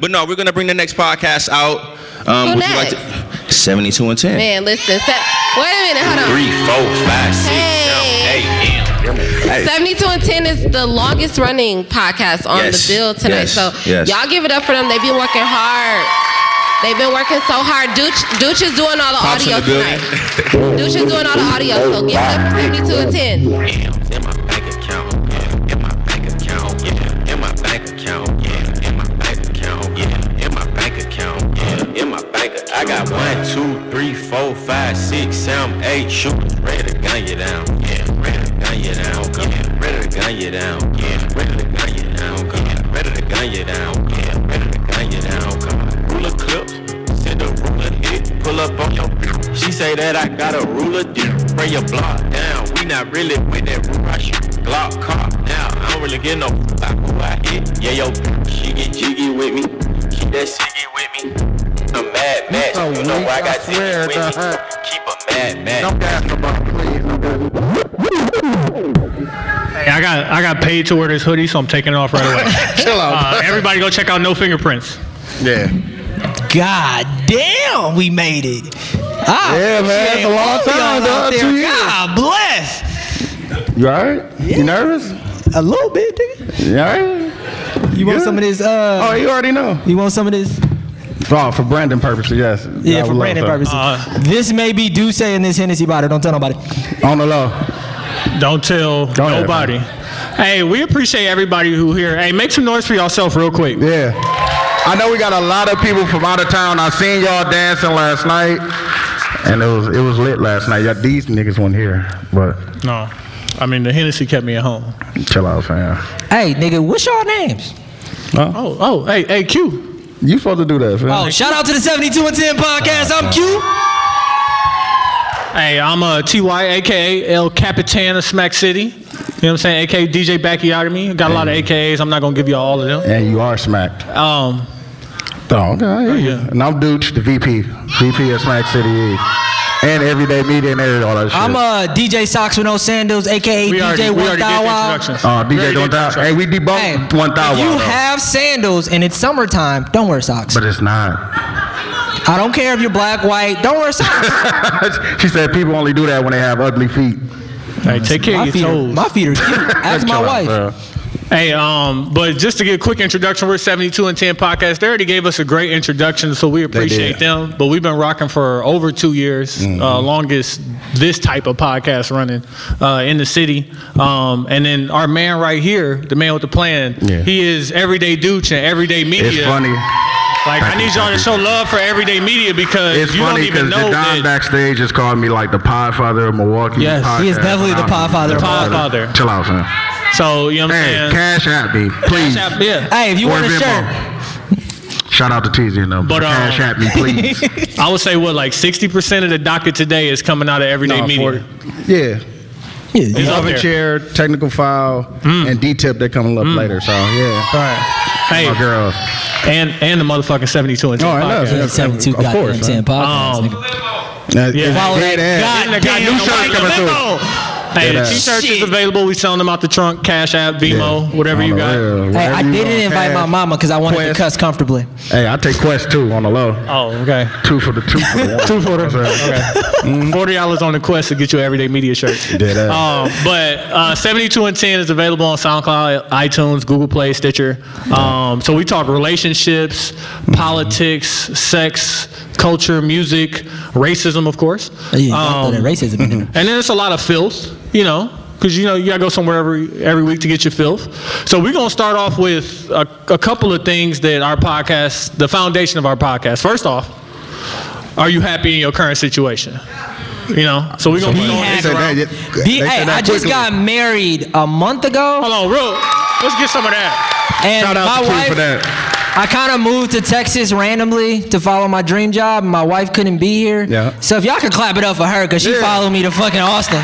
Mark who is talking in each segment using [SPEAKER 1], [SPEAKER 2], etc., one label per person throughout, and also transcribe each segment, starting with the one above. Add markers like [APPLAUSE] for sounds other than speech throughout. [SPEAKER 1] But no, we're gonna bring the next podcast out.
[SPEAKER 2] Who
[SPEAKER 1] Um,
[SPEAKER 2] next?
[SPEAKER 1] to, 72 and 10.
[SPEAKER 2] Man, listen. Se- Wait a minute. Hold on.
[SPEAKER 3] Three, four, five, six,
[SPEAKER 2] Hey.
[SPEAKER 3] seven, eight, damn.
[SPEAKER 1] Hey,
[SPEAKER 2] 72 and 10 is the longest running podcast on
[SPEAKER 1] Yes,
[SPEAKER 2] the bill tonight.
[SPEAKER 1] yes,
[SPEAKER 2] So
[SPEAKER 1] yes.
[SPEAKER 2] y'all give it up for them. They've been working hard. They've been working so hard. Dooch, Dooch is doing all the
[SPEAKER 1] Pops in
[SPEAKER 2] audio
[SPEAKER 1] the building.
[SPEAKER 2] tonight. Dooch is doing all the audio. So give it up for 72 and 10.
[SPEAKER 3] M's in my bank account. Yeah, in my bank account. Yeah, in my bank account. Yeah, in my bank account. Yeah, in my bank account. Yeah, in my bank. ac- I got one, two, three, four, five, six, seven, eight shooters ready to gun you down. Yeah, ready to gun you down. Yeah, ready to gun you down. Yeah, ready to gun you down. Yeah, ready to gun you down. Yeah, ready to gun you down. Come on, ruler clip. Send a ruler hit, pull up on your. She say that I got a ruler, dear. Spray your block down. We not really with that rule. I shoot Glock car now. I don't really get no fuck about who I hit. Yeah, yo, she get jiggy with me. Keep that shiggy with me. A mad match.
[SPEAKER 4] so
[SPEAKER 3] You know
[SPEAKER 4] weak,
[SPEAKER 3] I got
[SPEAKER 4] I
[SPEAKER 3] jiggy
[SPEAKER 4] swear
[SPEAKER 3] with me.
[SPEAKER 4] to her.
[SPEAKER 3] Keep a mad match.
[SPEAKER 4] Don't ask nobody, please. Nobody.
[SPEAKER 5] Hey, I got I got paid to wear this hoodie, so I'm taking it off right away.
[SPEAKER 4] [LAUGHS] Chill
[SPEAKER 5] Uh,
[SPEAKER 4] out.
[SPEAKER 5] everybody, go check out No Fingerprints.
[SPEAKER 4] yeah.
[SPEAKER 6] God damn, we made it. Ah,
[SPEAKER 4] Yeah, man, that's a
[SPEAKER 6] shit,
[SPEAKER 4] long
[SPEAKER 6] all y'all
[SPEAKER 4] time,
[SPEAKER 6] out
[SPEAKER 4] dog,
[SPEAKER 6] there.
[SPEAKER 4] two years.
[SPEAKER 6] God bless.
[SPEAKER 4] You alright? You nervous?
[SPEAKER 6] A little bit, nigga.
[SPEAKER 4] You alright?
[SPEAKER 6] You want
[SPEAKER 4] Good.
[SPEAKER 6] some of this? Uh,
[SPEAKER 4] Oh, you already know.
[SPEAKER 6] you want some of this?
[SPEAKER 4] Oh, for branding purposes, yes. I
[SPEAKER 6] Yeah,
[SPEAKER 4] would
[SPEAKER 6] for
[SPEAKER 4] love
[SPEAKER 6] branding
[SPEAKER 4] so.
[SPEAKER 6] purposes.
[SPEAKER 5] Uh,
[SPEAKER 6] this may be Duce and this Hennessy bottle. Don't tell nobody.
[SPEAKER 4] On the low.
[SPEAKER 5] Don't tell
[SPEAKER 4] Don't ever.
[SPEAKER 5] nobody. Hey, we appreciate everybody who here. Hey, make some noise for yourself real quick.
[SPEAKER 4] Yeah. I know we got a lot of people from out of town. I seen y'all dancing last night. And it was it was lit last night. Y'all, these niggas weren't here, but
[SPEAKER 5] No, I mean the Hennessy kept me at home.
[SPEAKER 4] chill out, fam.
[SPEAKER 6] Hey, nigga, what's y'all names?
[SPEAKER 5] Oh, oh, hey, hey, Q.
[SPEAKER 4] You supposed to do that, fam.
[SPEAKER 6] Oh, shout out to the 72 and 10 podcast. I'm Q.
[SPEAKER 5] Hey, I'm uh, a TY, aka El Capitan of Smack City. You know what I'm saying? AKA DJ Backy out of me. Got a lot of AKAs. I'm not gonna give y'all all of them.
[SPEAKER 4] And you are smacked.
[SPEAKER 5] Um,
[SPEAKER 4] Oh, okay.
[SPEAKER 5] yeah.
[SPEAKER 4] And I'm Dooch, the VP. VP of Smack City. E. And everyday media and every- all that shit.
[SPEAKER 6] I'm uh, DJ Socks with no sandals, aka
[SPEAKER 5] we already,
[SPEAKER 6] DJ
[SPEAKER 5] we already did the Oh,
[SPEAKER 6] 1000.
[SPEAKER 5] introductions.
[SPEAKER 4] uh,
[SPEAKER 5] We
[SPEAKER 4] DJ
[SPEAKER 5] already
[SPEAKER 4] Don't
[SPEAKER 5] did the
[SPEAKER 4] Die. Hey, we debunked
[SPEAKER 6] Hey,
[SPEAKER 4] 1,000.
[SPEAKER 6] if you
[SPEAKER 4] though.
[SPEAKER 6] have sandals and it's summertime, don't wear socks.
[SPEAKER 4] but it's not. [LAUGHS]
[SPEAKER 6] I don't care if you're black, white, don't wear socks.
[SPEAKER 4] she said people only do that when they have ugly feet.
[SPEAKER 5] Hey, take care
[SPEAKER 6] my,
[SPEAKER 5] of
[SPEAKER 6] feet
[SPEAKER 5] your
[SPEAKER 6] are,
[SPEAKER 5] toes.
[SPEAKER 6] my feet are [LAUGHS] cute. Ask my
[SPEAKER 4] Chill out,
[SPEAKER 6] wife.
[SPEAKER 4] fam.
[SPEAKER 5] Hey, um, but just to give a quick introduction, we're 72 and 10 podcast. They already gave us a great introduction, so we appreciate
[SPEAKER 4] did.
[SPEAKER 5] them. But we've been rocking for over two years, uh,
[SPEAKER 4] Mm-hmm.
[SPEAKER 5] longest this type of podcast running uh, in the city. Um, and then our man right here, the man with the plan,
[SPEAKER 4] Yeah.
[SPEAKER 5] he is Everyday Dooch and Everyday Media.
[SPEAKER 4] It's funny.
[SPEAKER 5] Like, I need y'all to show love for Everyday Media because
[SPEAKER 4] It's
[SPEAKER 5] you
[SPEAKER 4] funny
[SPEAKER 5] don't even
[SPEAKER 4] because
[SPEAKER 5] know
[SPEAKER 4] the Don
[SPEAKER 5] that.
[SPEAKER 4] backstage has called me like the Podfather of Milwaukee.
[SPEAKER 5] Yes.
[SPEAKER 4] podcast.
[SPEAKER 6] He is definitely the Podfather
[SPEAKER 5] of
[SPEAKER 4] Podfather.
[SPEAKER 5] Milwaukee. Podfather.
[SPEAKER 4] Chill out, fam.
[SPEAKER 5] So, you know what I'm
[SPEAKER 4] Hey,
[SPEAKER 5] saying?
[SPEAKER 4] cash app me, please.
[SPEAKER 5] Cash App, yeah.
[SPEAKER 6] Hey, if you
[SPEAKER 4] Or
[SPEAKER 6] want a
[SPEAKER 4] Venmo.
[SPEAKER 6] shirt,
[SPEAKER 4] Shout out to TZ and them.
[SPEAKER 5] But, uh,
[SPEAKER 4] cash app me,
[SPEAKER 5] [LAUGHS]
[SPEAKER 4] please.
[SPEAKER 5] I would say what like sixty percent of the docket today is coming out of everyday
[SPEAKER 4] No,
[SPEAKER 5] media.
[SPEAKER 4] 40. yeah.
[SPEAKER 6] yeah,
[SPEAKER 5] It's up
[SPEAKER 4] Oven
[SPEAKER 5] there. Mm.
[SPEAKER 4] chair, technical file, and D tip that coming up later. So yeah.
[SPEAKER 5] All right. Hey,
[SPEAKER 4] My girls.
[SPEAKER 5] and and the motherfucking seventy two and ten
[SPEAKER 4] Oh, I know.
[SPEAKER 5] podcast.
[SPEAKER 4] Yeah,
[SPEAKER 6] yeah, 72
[SPEAKER 4] of
[SPEAKER 6] goddamn
[SPEAKER 4] course,
[SPEAKER 6] 10 podcast.
[SPEAKER 5] Um,
[SPEAKER 6] nigga.
[SPEAKER 4] Now, it's
[SPEAKER 5] Follow
[SPEAKER 4] dead ass. Got
[SPEAKER 5] God damn,
[SPEAKER 4] new
[SPEAKER 5] the
[SPEAKER 4] shirts
[SPEAKER 5] white
[SPEAKER 4] coming
[SPEAKER 5] limo. Hey,
[SPEAKER 4] Yeah.
[SPEAKER 5] the t-shirts is
[SPEAKER 6] Shit.
[SPEAKER 5] available. We selling them out the trunk, Cash App,
[SPEAKER 4] through.
[SPEAKER 5] Vimo,
[SPEAKER 4] Yeah.
[SPEAKER 5] whatever
[SPEAKER 4] On
[SPEAKER 5] you
[SPEAKER 4] the
[SPEAKER 5] got.
[SPEAKER 4] real,
[SPEAKER 6] Hey,
[SPEAKER 4] wherever
[SPEAKER 6] I
[SPEAKER 4] you
[SPEAKER 6] didn't
[SPEAKER 4] want
[SPEAKER 6] invite
[SPEAKER 4] cash.
[SPEAKER 6] my mama because I wanted
[SPEAKER 4] Quest.
[SPEAKER 6] to cuss comfortably.
[SPEAKER 4] Hey, I take Quest too on the low.
[SPEAKER 5] Oh, okay.
[SPEAKER 4] Two for the two for the one.
[SPEAKER 5] Two for the-
[SPEAKER 4] Okay. Mm.
[SPEAKER 5] Forty dollars on the quest to get you an everyday media shirt.
[SPEAKER 4] Dead ass.
[SPEAKER 5] Um, but uh, seventy-two and ten is available on SoundCloud, iTunes, Google Play, Stitcher. Um, so we talk relationships, politics, sex, culture, music, racism, of course.
[SPEAKER 6] Yeah, you gotta throw
[SPEAKER 5] Um,
[SPEAKER 6] that racism in [LAUGHS] there.
[SPEAKER 5] and then it's a lot of filth, you know, because you know you gotta go somewhere every every week to get your filth. So we're gonna start off with a, a couple of things that our podcast, the foundation of our podcast. First off, are you happy in your current situation? You know, so we're gonna
[SPEAKER 6] Be
[SPEAKER 5] be going
[SPEAKER 6] happy.
[SPEAKER 4] said that, yeah,
[SPEAKER 6] Be-
[SPEAKER 4] they said
[SPEAKER 6] hey,
[SPEAKER 4] that
[SPEAKER 6] I just
[SPEAKER 4] quickly.
[SPEAKER 6] got married a month ago,
[SPEAKER 5] Hold on, real. Let's get some of that.
[SPEAKER 6] and
[SPEAKER 4] Shout
[SPEAKER 6] my
[SPEAKER 4] out to Q
[SPEAKER 6] wife.
[SPEAKER 4] for that.
[SPEAKER 6] I kind of moved to Texas randomly to follow my dream job. and My wife couldn't be here.
[SPEAKER 4] Yeah.
[SPEAKER 6] So if y'all could clap it up for her, because she
[SPEAKER 4] Yeah.
[SPEAKER 6] followed me to fucking Austin.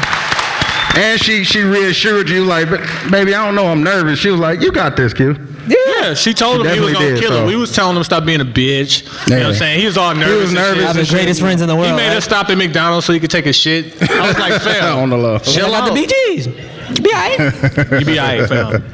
[SPEAKER 4] And she she reassured you like, "Ba- baby, I don't know, I'm nervous. She was like, you got this, Q.
[SPEAKER 5] Yeah, she told
[SPEAKER 4] She
[SPEAKER 5] him he
[SPEAKER 4] definitely
[SPEAKER 5] was gonna
[SPEAKER 4] did,
[SPEAKER 5] kill him.
[SPEAKER 4] so.
[SPEAKER 5] We was telling him stop being a bitch. You know what I'm
[SPEAKER 4] Yeah.
[SPEAKER 5] saying? He was all nervous. and
[SPEAKER 4] nervous
[SPEAKER 5] shit.
[SPEAKER 4] and
[SPEAKER 6] I'm the greatest friends in the world.
[SPEAKER 5] He made
[SPEAKER 6] right?
[SPEAKER 5] us stop at McDonald's so he could take a shit.
[SPEAKER 4] [LAUGHS]
[SPEAKER 5] I was like, fam,
[SPEAKER 4] on the low.
[SPEAKER 5] chill
[SPEAKER 6] I got
[SPEAKER 5] out.
[SPEAKER 6] the BGs. Be all right.
[SPEAKER 5] You be all right, fam.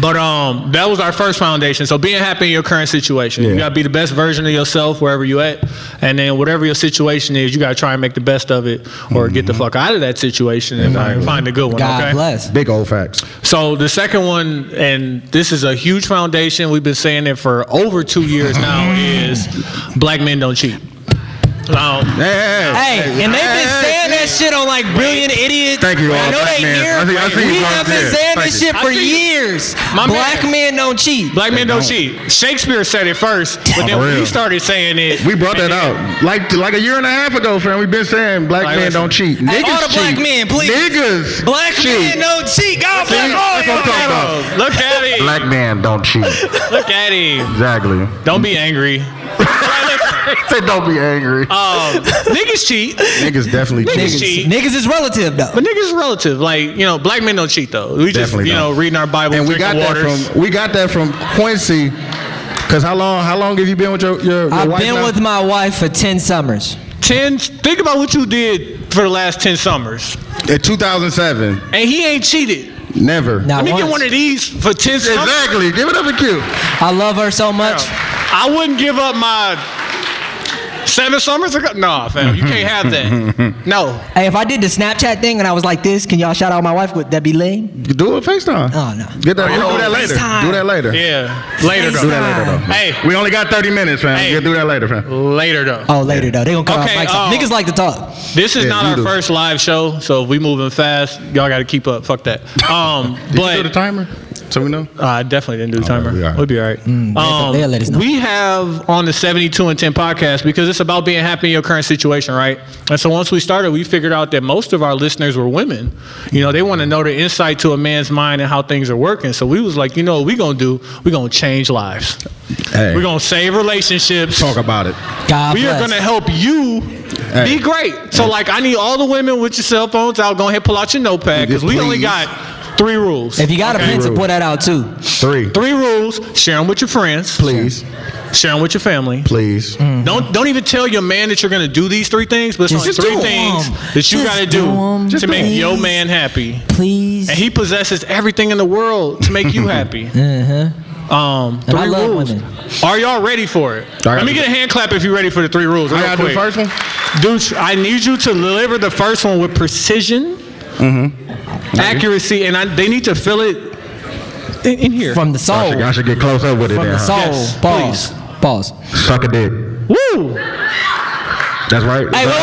[SPEAKER 5] But um, that was our first foundation. So being happy in your current situation, you
[SPEAKER 4] Yeah.
[SPEAKER 5] gotta be the best version of yourself wherever you at, and then whatever your situation is, you gotta try and make the best of it, or get
[SPEAKER 4] Mm-hmm.
[SPEAKER 5] the fuck out of that situation and find- find a good one.
[SPEAKER 6] [LAUGHS] God
[SPEAKER 5] okay?
[SPEAKER 6] bless.
[SPEAKER 4] [LAUGHS] Big old facts.
[SPEAKER 5] So the second one, and this is a huge foundation. We've been saying it for over two years now.
[SPEAKER 4] Mm-hmm.
[SPEAKER 5] is black men don't cheat. Um,
[SPEAKER 4] Hey,
[SPEAKER 6] Hey, and they've been saying that shit on like brilliant idiots.
[SPEAKER 4] Thank you,
[SPEAKER 6] I
[SPEAKER 4] all
[SPEAKER 6] know
[SPEAKER 4] black
[SPEAKER 6] they
[SPEAKER 4] men.
[SPEAKER 6] hear.
[SPEAKER 4] I see- I see you
[SPEAKER 6] we
[SPEAKER 4] guys
[SPEAKER 6] have
[SPEAKER 4] there.
[SPEAKER 6] been saying
[SPEAKER 4] Thank
[SPEAKER 6] this
[SPEAKER 4] you.
[SPEAKER 6] shit
[SPEAKER 5] I
[SPEAKER 6] for
[SPEAKER 5] see you.
[SPEAKER 6] years.
[SPEAKER 5] My
[SPEAKER 6] Black
[SPEAKER 5] man.
[SPEAKER 6] men don't cheat.
[SPEAKER 5] Black men don't cheat. Shakespeare said it first, but
[SPEAKER 4] On
[SPEAKER 5] then
[SPEAKER 4] the
[SPEAKER 5] we
[SPEAKER 4] real.
[SPEAKER 5] started saying it.
[SPEAKER 4] We brought that out like like a year and a half ago, fam. We've been saying black
[SPEAKER 5] Like,
[SPEAKER 4] men
[SPEAKER 5] listen.
[SPEAKER 4] don't cheat. Niggas
[SPEAKER 6] all the
[SPEAKER 4] cheat.
[SPEAKER 6] black men, please.
[SPEAKER 4] Niggas.
[SPEAKER 6] Black
[SPEAKER 4] cheat.
[SPEAKER 6] men don't cheat. God
[SPEAKER 4] See,
[SPEAKER 6] bless all
[SPEAKER 4] that's what I'm
[SPEAKER 6] y'all.
[SPEAKER 4] talking about.
[SPEAKER 5] Look at him.
[SPEAKER 4] Black man don't cheat.
[SPEAKER 5] Look at him.
[SPEAKER 6] [LAUGHS]
[SPEAKER 4] Exactly.
[SPEAKER 5] Don't be angry.
[SPEAKER 4] Say don't be angry.
[SPEAKER 5] Um, niggas cheat.
[SPEAKER 4] niggas definitely
[SPEAKER 5] Niggas
[SPEAKER 4] cheat.
[SPEAKER 5] cheat.
[SPEAKER 6] Uh, Niggas is relative though.
[SPEAKER 5] But niggas is relative. Like, you know, black men don't cheat, though. We just,
[SPEAKER 4] Definitely
[SPEAKER 5] you know,
[SPEAKER 4] don't.
[SPEAKER 5] reading our Bible,
[SPEAKER 4] And we got
[SPEAKER 5] drinking
[SPEAKER 4] that
[SPEAKER 5] waters.
[SPEAKER 4] from we got that from Quincy. Cause how long how long have you been with your your, your
[SPEAKER 6] I've
[SPEAKER 4] wife?
[SPEAKER 6] been
[SPEAKER 4] now?
[SPEAKER 6] with my wife for ten summers.
[SPEAKER 5] 10, think about what you did for the last 10 summers.
[SPEAKER 4] in 2007.
[SPEAKER 5] And he ain't cheated.
[SPEAKER 4] Never.
[SPEAKER 5] Let
[SPEAKER 6] Not
[SPEAKER 5] me
[SPEAKER 6] once.
[SPEAKER 5] get one of these for 10 summers.
[SPEAKER 4] Exactly. Give it up a cue.
[SPEAKER 6] I love her so much.
[SPEAKER 5] I wouldn't give up my seven summers ago. Nah, fam, you can't
[SPEAKER 4] [LAUGHS]
[SPEAKER 5] have that. No.
[SPEAKER 6] Hey, if I did the Snapchat thing and I was like this, can y'all shout out my wife? Would that be lame?
[SPEAKER 4] You Do it FaceTime.
[SPEAKER 6] Oh, no.
[SPEAKER 4] Get that. do that later.
[SPEAKER 6] FaceTime.
[SPEAKER 4] Do that later.
[SPEAKER 5] Yeah. Later,
[SPEAKER 4] Do
[SPEAKER 5] though.
[SPEAKER 4] that later though.
[SPEAKER 5] Hey.
[SPEAKER 4] We only got 30 minutes, fam.
[SPEAKER 5] Hey.
[SPEAKER 4] We'll do that later, fam.
[SPEAKER 5] Later, though.
[SPEAKER 6] Oh, later though. They gonna cut
[SPEAKER 5] Okay,
[SPEAKER 6] off mics.
[SPEAKER 5] oh.
[SPEAKER 6] Niggas like to talk.
[SPEAKER 5] This is
[SPEAKER 4] Yeah,
[SPEAKER 5] not
[SPEAKER 4] you
[SPEAKER 5] our
[SPEAKER 4] do.
[SPEAKER 5] first live show, so if we moving fast, y'all got to keep up. Fuck that.
[SPEAKER 4] [LAUGHS]
[SPEAKER 5] Um,
[SPEAKER 4] Did you do the
[SPEAKER 5] but
[SPEAKER 4] timer? So we know.
[SPEAKER 5] Uh, I definitely didn't do the
[SPEAKER 4] All right,
[SPEAKER 5] timer.
[SPEAKER 4] we all right.
[SPEAKER 5] We'll be all right. Um,
[SPEAKER 6] Mm, they'll let us know.
[SPEAKER 5] We have on the 72 and 10 podcast because it's about being happy in your current situation, right? And so once we started, we figured out that most of our listeners were women. You know, they want to know the insight to a man's mind and how things are working. So we was like, you know what we going to do? we going to change lives.
[SPEAKER 4] Hey.
[SPEAKER 5] we going to save relationships
[SPEAKER 4] talk about it.
[SPEAKER 6] God
[SPEAKER 5] we are
[SPEAKER 6] bless.
[SPEAKER 5] going to help you
[SPEAKER 4] Hey.
[SPEAKER 5] be great. So, like, I need all the women with your cell phones out. Go ahead, pull out your notepad because we only
[SPEAKER 4] Please.
[SPEAKER 5] got three rules.
[SPEAKER 6] if you got a pencil,
[SPEAKER 4] Rude.
[SPEAKER 6] put that out too.
[SPEAKER 4] Three.
[SPEAKER 5] three rules, share them with your friends.
[SPEAKER 4] Please.
[SPEAKER 5] Share them with your
[SPEAKER 6] Mm-hmm.
[SPEAKER 5] family.
[SPEAKER 4] Please.
[SPEAKER 6] Mm.
[SPEAKER 5] Don't don't even tell your man that you're going to do these three things, but it's
[SPEAKER 6] Just
[SPEAKER 5] only three
[SPEAKER 6] do 'em.
[SPEAKER 5] things that you
[SPEAKER 6] Just
[SPEAKER 5] got to
[SPEAKER 6] do 'em.
[SPEAKER 5] do
[SPEAKER 6] Just
[SPEAKER 5] to
[SPEAKER 6] do
[SPEAKER 5] make
[SPEAKER 6] 'em.
[SPEAKER 5] your man happy.
[SPEAKER 6] Please.
[SPEAKER 5] And he possesses everything in the world to make
[SPEAKER 6] [LAUGHS]
[SPEAKER 5] you happy. Um, three
[SPEAKER 6] Uh-huh. And I love
[SPEAKER 5] rules.
[SPEAKER 6] women.
[SPEAKER 5] Are y'all ready for it?
[SPEAKER 4] gotta
[SPEAKER 5] Let me
[SPEAKER 4] do-
[SPEAKER 5] get a hand clap if you're ready for the three rules.
[SPEAKER 4] I
[SPEAKER 5] real
[SPEAKER 4] gotta do the
[SPEAKER 5] quick.
[SPEAKER 4] first one.
[SPEAKER 5] Dude, I need you to deliver the first one with precision,
[SPEAKER 4] Mm-hmm.
[SPEAKER 5] accuracy, and I, they need to fill it in, in here.
[SPEAKER 6] From the
[SPEAKER 4] I
[SPEAKER 6] soul.
[SPEAKER 4] should, I should get close up with it.
[SPEAKER 6] From
[SPEAKER 4] then,
[SPEAKER 6] the
[SPEAKER 4] huh?
[SPEAKER 6] soul.
[SPEAKER 5] Yes,
[SPEAKER 6] Pause. Pause.
[SPEAKER 4] Suck a dick.
[SPEAKER 5] Woo!
[SPEAKER 4] That's right.
[SPEAKER 6] Hey, wait,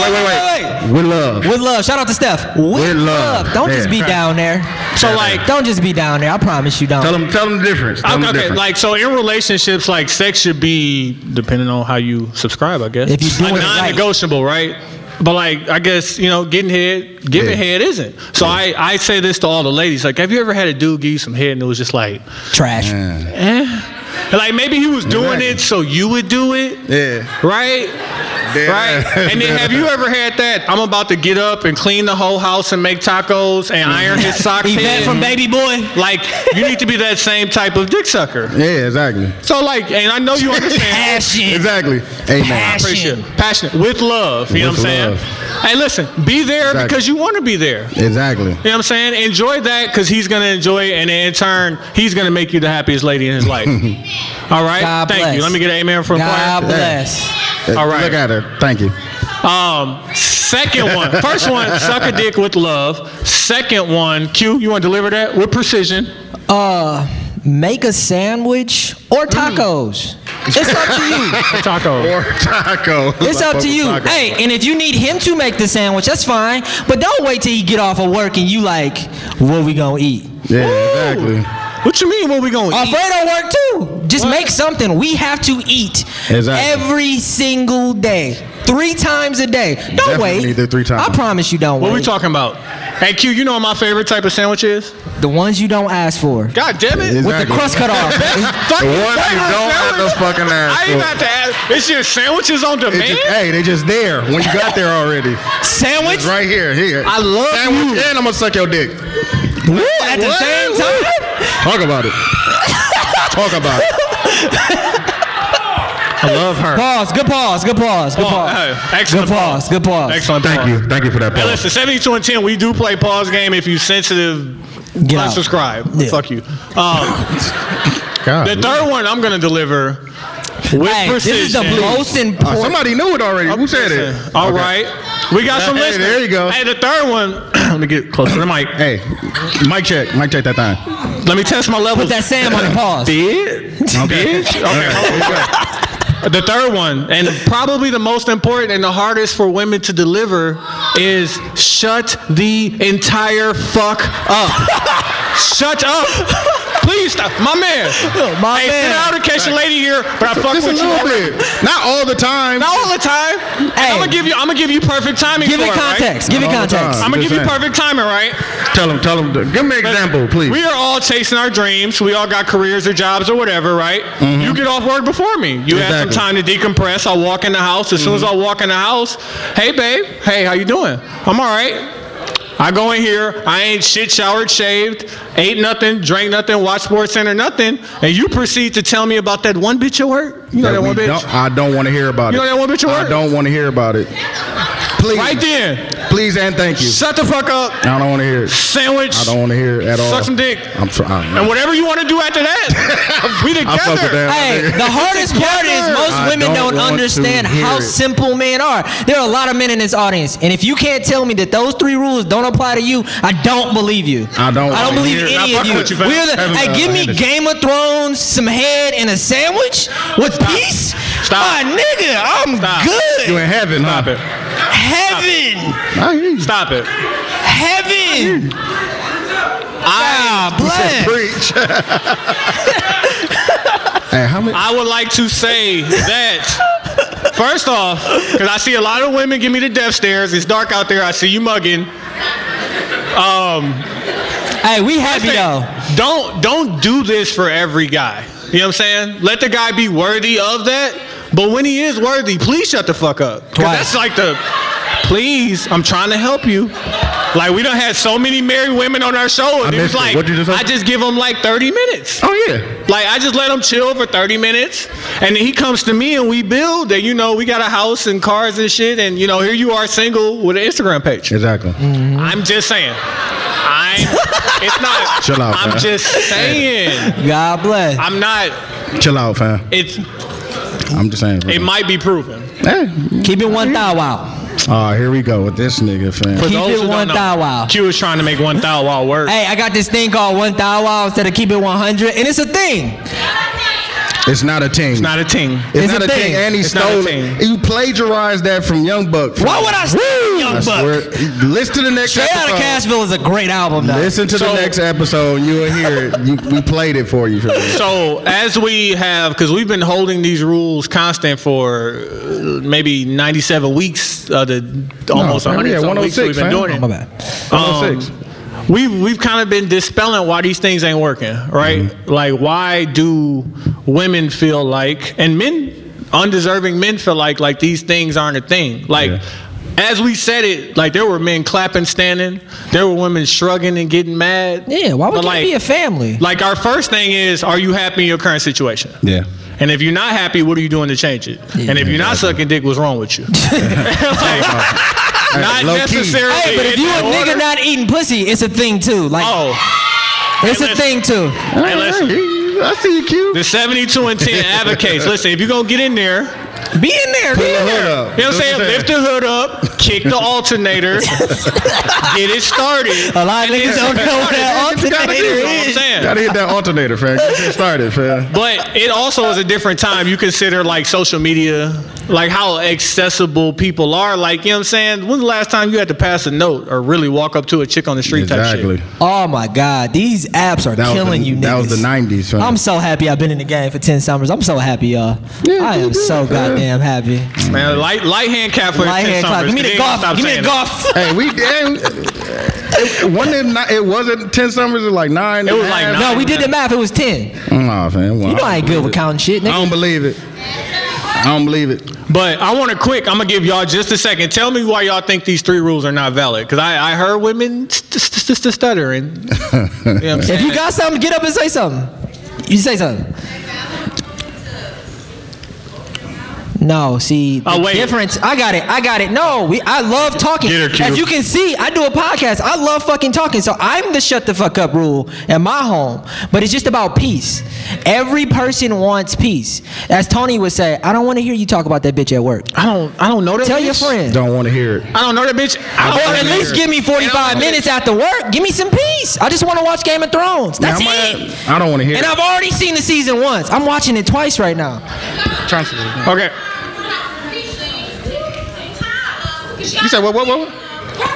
[SPEAKER 6] wait, wait, wait, wait,
[SPEAKER 4] With love.
[SPEAKER 6] With love. Shout out to Steph. With,
[SPEAKER 4] love.
[SPEAKER 6] Don't
[SPEAKER 4] Yeah.
[SPEAKER 6] just be down there.
[SPEAKER 5] So like,
[SPEAKER 6] Don't just be down there. I promise you don't.
[SPEAKER 4] Tell them. Tell them the difference. Tell 'em
[SPEAKER 5] okay,
[SPEAKER 4] the
[SPEAKER 5] okay,
[SPEAKER 4] difference.
[SPEAKER 5] like so in relationships, like sex should be depending on how you subscribe, I guess.
[SPEAKER 6] If you doing
[SPEAKER 5] like
[SPEAKER 6] it right.
[SPEAKER 5] non-negotiable, right? But like, I guess you know, getting head, giving
[SPEAKER 4] Yeah.
[SPEAKER 5] head isn't. So I, I say this to all the ladies: like, have you ever had a dude give you some head and it was just like,
[SPEAKER 6] Trash.
[SPEAKER 5] eh? Like maybe he was doing
[SPEAKER 4] Exactly.
[SPEAKER 5] it so you would do it,
[SPEAKER 4] yeah.
[SPEAKER 5] right?
[SPEAKER 4] Dead
[SPEAKER 5] Right.
[SPEAKER 4] ass.
[SPEAKER 5] And then
[SPEAKER 4] Dead
[SPEAKER 5] have you
[SPEAKER 4] ass.
[SPEAKER 5] ever had that? I'm about to get up and clean the whole house and make tacos and iron his socks.
[SPEAKER 6] Event
[SPEAKER 5] head.
[SPEAKER 6] Mm-hmm. from Baby Boy.
[SPEAKER 5] Like you need to be that same type of dick sucker.
[SPEAKER 4] [LAUGHS] Yeah, exactly.
[SPEAKER 5] So like, and I know you
[SPEAKER 6] [LAUGHS]
[SPEAKER 5] understand.
[SPEAKER 6] Passion.
[SPEAKER 4] Exactly. Amen.
[SPEAKER 6] Passion.
[SPEAKER 5] Appreciate it. passionate with love. You know what
[SPEAKER 4] With
[SPEAKER 5] I'm saying?
[SPEAKER 4] love.
[SPEAKER 5] Hey, listen, be there
[SPEAKER 4] Exactly.
[SPEAKER 5] because you want to be there.
[SPEAKER 4] Exactly.
[SPEAKER 5] You know what I'm saying? Enjoy that because he's gonna enjoy it, and then in turn, he's gonna make you the happiest lady in his
[SPEAKER 6] [LAUGHS]
[SPEAKER 5] life. All right.
[SPEAKER 6] God
[SPEAKER 5] Thank
[SPEAKER 6] bless.
[SPEAKER 5] you. Let me get an amen from
[SPEAKER 6] God
[SPEAKER 5] choir.
[SPEAKER 6] bless.
[SPEAKER 5] All right.
[SPEAKER 4] Look at her. Thank you.
[SPEAKER 5] Um, second one, first one, suck a dick with love. Second one, Q, you want to deliver that with precision?
[SPEAKER 6] Uh, make a sandwich or tacos. It's up to [LAUGHS] you.
[SPEAKER 5] Taco.
[SPEAKER 4] Or taco.
[SPEAKER 6] It's
[SPEAKER 4] I
[SPEAKER 6] up
[SPEAKER 4] fuck
[SPEAKER 6] to
[SPEAKER 4] with
[SPEAKER 6] you.
[SPEAKER 4] taco.
[SPEAKER 6] Hey, and if you need him to make the sandwich, that's fine. But don't wait till you get off of work and you like, what we gonna eat?
[SPEAKER 4] Yeah, exactly.
[SPEAKER 5] What you mean? What we going? to eat?
[SPEAKER 6] Alfredo work too. Just
[SPEAKER 5] What?
[SPEAKER 6] make something. We have to eat
[SPEAKER 4] Exactly.
[SPEAKER 6] every single day, three times a day. Don't
[SPEAKER 4] Definitely
[SPEAKER 6] wait.
[SPEAKER 4] need to three times.
[SPEAKER 6] I promise you don't
[SPEAKER 5] What
[SPEAKER 6] wait.
[SPEAKER 5] we talking about? Hey, Q, you know what my favorite type of sandwich is?
[SPEAKER 6] the ones you don't ask for.
[SPEAKER 5] God damn it!
[SPEAKER 4] It's
[SPEAKER 6] With the
[SPEAKER 4] Exactly.
[SPEAKER 6] crust cut off.
[SPEAKER 4] The
[SPEAKER 5] [LAUGHS] Fucking
[SPEAKER 4] one you don't
[SPEAKER 5] favorite
[SPEAKER 4] have to
[SPEAKER 5] sandwich?
[SPEAKER 4] fucking
[SPEAKER 5] I
[SPEAKER 4] ask
[SPEAKER 5] ain't
[SPEAKER 4] for.
[SPEAKER 5] got to ask. It's your sandwiches on
[SPEAKER 4] It
[SPEAKER 5] demand.
[SPEAKER 4] just, hey, they just there when you got there already.
[SPEAKER 6] Sandwich
[SPEAKER 4] It's right here, here.
[SPEAKER 5] I love
[SPEAKER 4] Sandwich,
[SPEAKER 5] you.
[SPEAKER 4] And I'm gonna suck your dick.
[SPEAKER 6] at the
[SPEAKER 5] What?
[SPEAKER 6] same time.
[SPEAKER 4] Talk about it. Talk about it.
[SPEAKER 5] I love her.
[SPEAKER 6] Pause. Good pause. Good pause. Good
[SPEAKER 5] Pause.
[SPEAKER 6] pause.
[SPEAKER 5] Hey, excellent
[SPEAKER 6] Good pause. Good pause.
[SPEAKER 5] Excellent.
[SPEAKER 4] Thank
[SPEAKER 5] pause.
[SPEAKER 4] you. Thank you for that.
[SPEAKER 5] Hey,
[SPEAKER 4] pause.
[SPEAKER 5] listen, 72 and 10, we do play pause game if you sensitive
[SPEAKER 6] Get
[SPEAKER 5] Like,
[SPEAKER 6] out.
[SPEAKER 5] subscribe.
[SPEAKER 6] Yeah.
[SPEAKER 5] Fuck you. Um,
[SPEAKER 4] God.
[SPEAKER 5] the third one I'm gonna deliver with
[SPEAKER 6] Hey, this
[SPEAKER 5] precision.
[SPEAKER 6] is the most
[SPEAKER 4] Oh,
[SPEAKER 6] important.
[SPEAKER 4] somebody knew it already. Who said it? Uh,
[SPEAKER 5] All right, we got some
[SPEAKER 4] Hey,
[SPEAKER 5] listeners.
[SPEAKER 4] there you go.
[SPEAKER 5] Hey, the third one. [CLEARS THROAT] let me get closer to the mic.
[SPEAKER 4] Hey, mic check. Mic check that thing.
[SPEAKER 5] Let me test my levels. [LAUGHS]
[SPEAKER 6] Put that Sam on pause.
[SPEAKER 5] Did? Did? Okay. the third one, and probably the most important and the hardest for women to deliver, is shut the entire fuck
[SPEAKER 6] [LAUGHS]
[SPEAKER 5] up. shut up. Please stop. My man.
[SPEAKER 6] Oh, My
[SPEAKER 5] hey,
[SPEAKER 6] man.
[SPEAKER 5] sit out in case your lady here, but I fuck
[SPEAKER 4] Just a
[SPEAKER 5] with you.
[SPEAKER 4] little bit. Not all the time.
[SPEAKER 5] Not all the time.
[SPEAKER 6] Hey.
[SPEAKER 5] I'm gonna give you. I'm gonna give you perfect timing.
[SPEAKER 6] Give
[SPEAKER 5] for
[SPEAKER 6] it context. Give it
[SPEAKER 4] All the
[SPEAKER 6] context.
[SPEAKER 4] time.
[SPEAKER 5] I'm gonna
[SPEAKER 4] Just
[SPEAKER 5] give you
[SPEAKER 4] saying.
[SPEAKER 5] perfect timing, right?
[SPEAKER 4] Tell him. Tell him. Give me an example, please.
[SPEAKER 5] We are all chasing our dreams. We all got careers or jobs or whatever, right? You get off work before me. You have some
[SPEAKER 4] Mm-hmm. Exactly. Mm-hmm.
[SPEAKER 5] time to decompress. I walk in the house. As soon as I walk in the house, hey babe, hey, how you doing? I'm all right. I go in here, I ain't shit showered, shaved, ate nothing, drank nothing, watched Sports Center, nothing, and you proceed to tell me about that one bitch at work. You know
[SPEAKER 4] That
[SPEAKER 5] that,
[SPEAKER 4] we
[SPEAKER 5] one bitch?
[SPEAKER 4] don't- I don't want to hear about
[SPEAKER 5] You
[SPEAKER 4] it.
[SPEAKER 5] know that one bitch you
[SPEAKER 4] I
[SPEAKER 5] work?
[SPEAKER 4] don't want to hear about it. Please.
[SPEAKER 5] Right then.
[SPEAKER 4] Please and thank you.
[SPEAKER 5] Shut the fuck up.
[SPEAKER 4] I don't want to hear it.
[SPEAKER 5] Sandwich.
[SPEAKER 4] I don't want to hear it at all.
[SPEAKER 5] Suck some dick.
[SPEAKER 4] I'm sorry.
[SPEAKER 5] And whatever you want to do after that, we
[SPEAKER 4] [LAUGHS]
[SPEAKER 5] together.
[SPEAKER 4] I fuck with that. [LAUGHS]
[SPEAKER 6] Hey, the hardest part is most
[SPEAKER 4] I
[SPEAKER 6] women
[SPEAKER 4] don't
[SPEAKER 6] don't,
[SPEAKER 4] want to
[SPEAKER 6] understand
[SPEAKER 4] hear
[SPEAKER 6] how
[SPEAKER 4] it.
[SPEAKER 6] simple men are. There are a lot of men in this audience, and if you can't tell me that those three rules don't apply to you, I don't believe you.
[SPEAKER 4] I don't
[SPEAKER 6] I
[SPEAKER 4] wanna
[SPEAKER 6] don't believe
[SPEAKER 4] hear it.
[SPEAKER 6] any
[SPEAKER 5] Nah,
[SPEAKER 6] of
[SPEAKER 5] fuck
[SPEAKER 6] you.
[SPEAKER 5] with you, fam.
[SPEAKER 6] We're the,
[SPEAKER 5] Have,
[SPEAKER 6] hey,
[SPEAKER 5] uh,
[SPEAKER 6] give me
[SPEAKER 5] Henderson.
[SPEAKER 6] Game of Thrones, some head, and a sandwich with peace.
[SPEAKER 5] Stop.
[SPEAKER 6] My nigga, I'm
[SPEAKER 5] Stop.
[SPEAKER 6] good.
[SPEAKER 4] You in heaven,
[SPEAKER 5] Stop
[SPEAKER 4] huh?
[SPEAKER 5] it.
[SPEAKER 6] heaven,
[SPEAKER 4] I hear you.
[SPEAKER 5] Stop it.
[SPEAKER 6] heaven. Ah,
[SPEAKER 4] Said
[SPEAKER 6] bless.
[SPEAKER 4] Preach. [LAUGHS] hey, how many?
[SPEAKER 5] I would like to say that first off, because I see a lot of women give me the death stares. It's dark out there. I see you mugging.
[SPEAKER 6] Hey, we happy
[SPEAKER 5] Listen,
[SPEAKER 6] though.
[SPEAKER 5] Don't don't do this for every guy. You know what I'm saying? Let the guy be worthy of that. But when he is worthy, please shut the fuck up. 'Cause
[SPEAKER 6] Twice.
[SPEAKER 5] That's like the please. I'm trying to help you. Like we done had so many married women on our show, and
[SPEAKER 4] I
[SPEAKER 5] it
[SPEAKER 4] missed
[SPEAKER 5] was
[SPEAKER 4] it.
[SPEAKER 5] like
[SPEAKER 4] What'd you just say?
[SPEAKER 5] I just give them like 30 minutes.
[SPEAKER 4] oh yeah.
[SPEAKER 5] Like I just let him chill for 30 minutes, and then he comes to me and we build. And you know, we got a house and cars and shit. And you know, here you are single with an Instagram page.
[SPEAKER 4] Exactly.
[SPEAKER 6] Mm.
[SPEAKER 5] I'm just saying. I'm. It's
[SPEAKER 4] [LAUGHS]
[SPEAKER 5] not.
[SPEAKER 4] Chill out,
[SPEAKER 5] I'm
[SPEAKER 4] man.
[SPEAKER 5] just saying.
[SPEAKER 6] God bless.
[SPEAKER 5] I'm not.
[SPEAKER 4] Chill out, fam.
[SPEAKER 5] It's.
[SPEAKER 4] I'm just saying.
[SPEAKER 5] It
[SPEAKER 4] Fam.
[SPEAKER 5] might be proven.
[SPEAKER 4] Hey.
[SPEAKER 6] Keep it one thou out.
[SPEAKER 4] All right, Ah, here we go with this nigga, fam.
[SPEAKER 6] Keep
[SPEAKER 5] Those
[SPEAKER 6] it
[SPEAKER 5] who don't
[SPEAKER 6] one
[SPEAKER 5] know,
[SPEAKER 6] thou out.
[SPEAKER 5] Q is trying to make one thou wow work.
[SPEAKER 6] Hey, I got this thing called one thou wow instead of keep it 100, and it's a thing.
[SPEAKER 4] It's not a team.
[SPEAKER 5] It's not a ting.
[SPEAKER 4] It's,
[SPEAKER 6] It's
[SPEAKER 4] not
[SPEAKER 6] a
[SPEAKER 4] a
[SPEAKER 6] thing.
[SPEAKER 4] thing. And he
[SPEAKER 5] It's not a
[SPEAKER 4] stole
[SPEAKER 5] thing.
[SPEAKER 4] it. You plagiarized that from Young Buck.
[SPEAKER 6] Why would I steal Young Buck?
[SPEAKER 4] Buck? Listen to the next
[SPEAKER 6] Straight
[SPEAKER 4] episode.
[SPEAKER 6] Outta Cashville is a great album, though.
[SPEAKER 4] Listen to
[SPEAKER 5] So-
[SPEAKER 4] the next episode. and You'll hear it. You, we played it for you. fam.
[SPEAKER 5] So as we have, because we've been holding these rules constant for uh, maybe 97 weeks, uh, the almost
[SPEAKER 4] fam,
[SPEAKER 5] 100
[SPEAKER 4] yeah,
[SPEAKER 5] some weeks
[SPEAKER 4] 106,
[SPEAKER 5] we've been
[SPEAKER 4] fam.
[SPEAKER 5] doing it.
[SPEAKER 6] Oh, my bad.
[SPEAKER 5] Um,
[SPEAKER 4] 106.
[SPEAKER 5] we've we've kind of been dispelling why these things ain't working, right?
[SPEAKER 6] Mm-hmm.
[SPEAKER 5] Like why do women feel like and men undeserving men feel like like these things aren't a thing. Like
[SPEAKER 4] Yeah.
[SPEAKER 5] as we said it, like there were men clapping, standing, there were women shrugging and getting mad.
[SPEAKER 6] Yeah, why
[SPEAKER 5] But,
[SPEAKER 6] would
[SPEAKER 5] like,
[SPEAKER 6] you be a family?
[SPEAKER 5] Like our first thing is, are you happy in your current situation?
[SPEAKER 4] Yeah.
[SPEAKER 5] And if you're not happy, what are you doing to change it? and if you're not sucking dick, what's wrong
[SPEAKER 6] [LAUGHS]
[SPEAKER 5] with you? [LAUGHS] Like, not
[SPEAKER 4] low key.
[SPEAKER 5] necessarily.
[SPEAKER 6] Hey, but if
[SPEAKER 5] in
[SPEAKER 6] you a
[SPEAKER 5] that
[SPEAKER 6] nigga
[SPEAKER 5] order.
[SPEAKER 6] not eating pussy, it's a thing too. Like
[SPEAKER 5] oh,
[SPEAKER 6] it's
[SPEAKER 5] hey,
[SPEAKER 6] a
[SPEAKER 5] listen.
[SPEAKER 6] thing too.
[SPEAKER 5] hey, listen.
[SPEAKER 4] I see you, Q.
[SPEAKER 5] The 72 and
[SPEAKER 6] [LAUGHS]
[SPEAKER 5] 10 advocates. Listen, if you're going to get in there,
[SPEAKER 6] Be in there. Be
[SPEAKER 4] Pull the hood
[SPEAKER 6] in there.
[SPEAKER 4] up.
[SPEAKER 5] you know what I'm saying? Lift the hood up, kick
[SPEAKER 6] [LAUGHS]
[SPEAKER 5] the alternator, get it started.
[SPEAKER 6] A lot of
[SPEAKER 5] [LAUGHS]
[SPEAKER 6] niggas don't know what that
[SPEAKER 4] It's gotta
[SPEAKER 6] alternator
[SPEAKER 4] be-
[SPEAKER 5] You know what I'm
[SPEAKER 6] is.
[SPEAKER 5] saying?
[SPEAKER 4] Gotta hit that alternator, fam. Get started, fam.
[SPEAKER 5] But it also is a different time. You consider like social media, like how accessible people are. Like, you know what I'm saying? When's the last time you had to pass a note or really walk up to a chick on the street type
[SPEAKER 4] Exactly.
[SPEAKER 5] shit?
[SPEAKER 6] Oh my God, these apps are
[SPEAKER 4] That was
[SPEAKER 6] killing
[SPEAKER 4] the-
[SPEAKER 6] you, niggas.
[SPEAKER 4] that was the 90s, fam.
[SPEAKER 6] I'm so happy I've been in the game for 10 summers. I'm so happy, y'all.
[SPEAKER 4] Yeah,
[SPEAKER 6] I
[SPEAKER 4] you
[SPEAKER 6] am
[SPEAKER 4] good,
[SPEAKER 6] so
[SPEAKER 4] fam.
[SPEAKER 6] goddamn happy.
[SPEAKER 5] Man, light, light hand cap for
[SPEAKER 6] Light
[SPEAKER 5] 10
[SPEAKER 6] hand clock.
[SPEAKER 5] summers.
[SPEAKER 6] Give me
[SPEAKER 5] They
[SPEAKER 6] the
[SPEAKER 5] ain't
[SPEAKER 6] golf.
[SPEAKER 5] stop
[SPEAKER 6] Give me
[SPEAKER 5] saying
[SPEAKER 6] the
[SPEAKER 5] that.
[SPEAKER 6] golf.
[SPEAKER 4] Hey, we damn. It, it wasn't ni- it wasn't ten summers. It was like nine.
[SPEAKER 5] It was like nine.
[SPEAKER 6] No, we did the math. It was 10.
[SPEAKER 4] Nah, fam. Well,
[SPEAKER 6] You know I ain't good
[SPEAKER 4] believe
[SPEAKER 6] with
[SPEAKER 4] it.
[SPEAKER 6] counting shit,
[SPEAKER 4] I
[SPEAKER 6] nigga.
[SPEAKER 4] don't believe it. I don't believe it.
[SPEAKER 5] But I want to quick. I'm gonna give y'all just a second. Tell me why y'all think these three rules are not valid. Cause I, I heard women st- st- st- stuttering. You know what I'm
[SPEAKER 6] If
[SPEAKER 5] saying?
[SPEAKER 6] you got something, get up and say something. You say something. No, see, the
[SPEAKER 5] Oh, wait.
[SPEAKER 6] difference. I got it. I got it. No, we, I love talking.
[SPEAKER 4] Get her, Q.
[SPEAKER 6] As you can see, I do a podcast. I love fucking talking. So I'm the shut the fuck up rule at my home. But it's just about peace. Every person wants peace. As Tony would say, I don't want to hear you talk about that bitch at work.
[SPEAKER 5] I don't. I don't know that.
[SPEAKER 6] Tell
[SPEAKER 5] bitch.
[SPEAKER 6] your friend.
[SPEAKER 4] Don't want to hear it.
[SPEAKER 5] I don't know that bitch. I
[SPEAKER 6] Or
[SPEAKER 5] don't know
[SPEAKER 6] at
[SPEAKER 5] that
[SPEAKER 6] least
[SPEAKER 5] bitch.
[SPEAKER 6] give me 45 minutes after work. Give me some peace. I just want to watch Game of Thrones. That's
[SPEAKER 4] Now, I'm
[SPEAKER 6] it.
[SPEAKER 4] at- I don't want to hear
[SPEAKER 6] And
[SPEAKER 4] it.
[SPEAKER 6] I've already seen the season once. I'm watching it twice right now.
[SPEAKER 5] Okay.
[SPEAKER 4] You said, what, what, what?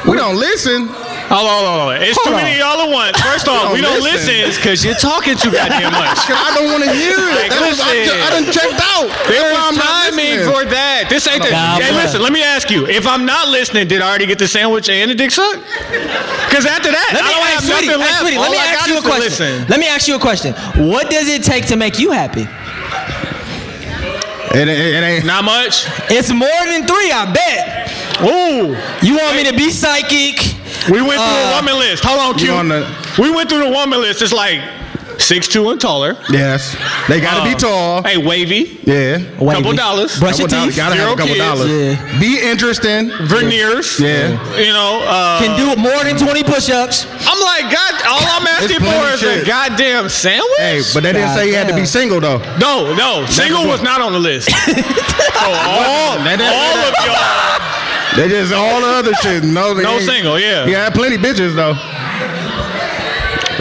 [SPEAKER 4] We don't listen.
[SPEAKER 5] Hold on, hold on, hold on. It's
[SPEAKER 6] Hold
[SPEAKER 5] too
[SPEAKER 6] on.
[SPEAKER 5] many y'all at once. First
[SPEAKER 4] don't
[SPEAKER 5] off, we don't
[SPEAKER 4] listen.
[SPEAKER 5] listen because you're talking too goddamn much.
[SPEAKER 6] [LAUGHS]
[SPEAKER 4] 'Cause I don't want to hear it.
[SPEAKER 5] Like,
[SPEAKER 4] That was- I,
[SPEAKER 5] listen.
[SPEAKER 4] ju- I done checked out. That's
[SPEAKER 5] There
[SPEAKER 4] why
[SPEAKER 5] is
[SPEAKER 4] I'm not
[SPEAKER 5] timing
[SPEAKER 4] listening.
[SPEAKER 5] for that. This ain't the.
[SPEAKER 6] God
[SPEAKER 5] Hey,
[SPEAKER 6] bless.
[SPEAKER 5] listen. Let me ask you. If I'm not listening, did I already get the sandwich and the dick suck? Because after that,
[SPEAKER 6] Let me
[SPEAKER 5] I don't
[SPEAKER 6] ask
[SPEAKER 5] have nothing
[SPEAKER 6] Sweetie, hey,
[SPEAKER 5] left.
[SPEAKER 6] Sweetie, let
[SPEAKER 5] All
[SPEAKER 6] me
[SPEAKER 5] I
[SPEAKER 6] ask
[SPEAKER 5] got
[SPEAKER 6] you a
[SPEAKER 5] is to
[SPEAKER 6] question.
[SPEAKER 5] listen.
[SPEAKER 6] Let me ask you a question. What does it take to make you happy?
[SPEAKER 4] It, ain't- it ain't.
[SPEAKER 5] Not much.
[SPEAKER 6] It's more than three, I bet.
[SPEAKER 5] Ooh.
[SPEAKER 6] You want me to be psychic?
[SPEAKER 5] We went through the
[SPEAKER 6] Uh,
[SPEAKER 5] woman list. Hold on,
[SPEAKER 4] you
[SPEAKER 5] Q.
[SPEAKER 4] on the-
[SPEAKER 5] we went through the woman list. It's like six two and taller.
[SPEAKER 4] Yes. They got to
[SPEAKER 5] Uh,
[SPEAKER 4] be tall.
[SPEAKER 5] Hey, wavy.
[SPEAKER 4] Yeah.
[SPEAKER 5] Couple
[SPEAKER 6] Wavy.
[SPEAKER 5] dollars.
[SPEAKER 6] Brush your
[SPEAKER 4] Couple dollars.
[SPEAKER 6] teeth.
[SPEAKER 4] Gotta have a
[SPEAKER 5] Zero
[SPEAKER 4] couple
[SPEAKER 5] kids.
[SPEAKER 4] dollars.
[SPEAKER 6] Yeah.
[SPEAKER 4] Be interesting.
[SPEAKER 5] Veneers.
[SPEAKER 4] Yeah.
[SPEAKER 5] You know. Uh,
[SPEAKER 6] Can do more than 20 push-ups.
[SPEAKER 5] I'm like, God. All I'm asking
[SPEAKER 4] plenty
[SPEAKER 5] for is
[SPEAKER 4] shit.
[SPEAKER 5] a goddamn sandwich.
[SPEAKER 4] Hey, but they didn't
[SPEAKER 6] God
[SPEAKER 4] say you had to be
[SPEAKER 6] damn.
[SPEAKER 4] single though.
[SPEAKER 5] No, no. Single was not on the [LAUGHS] list. so all, all
[SPEAKER 4] That- that- that-
[SPEAKER 5] of y'all.
[SPEAKER 4] They just all the other shit. No, they
[SPEAKER 5] No
[SPEAKER 4] ain't-
[SPEAKER 5] single, yeah.
[SPEAKER 4] Yeah, I had plenty bitches though.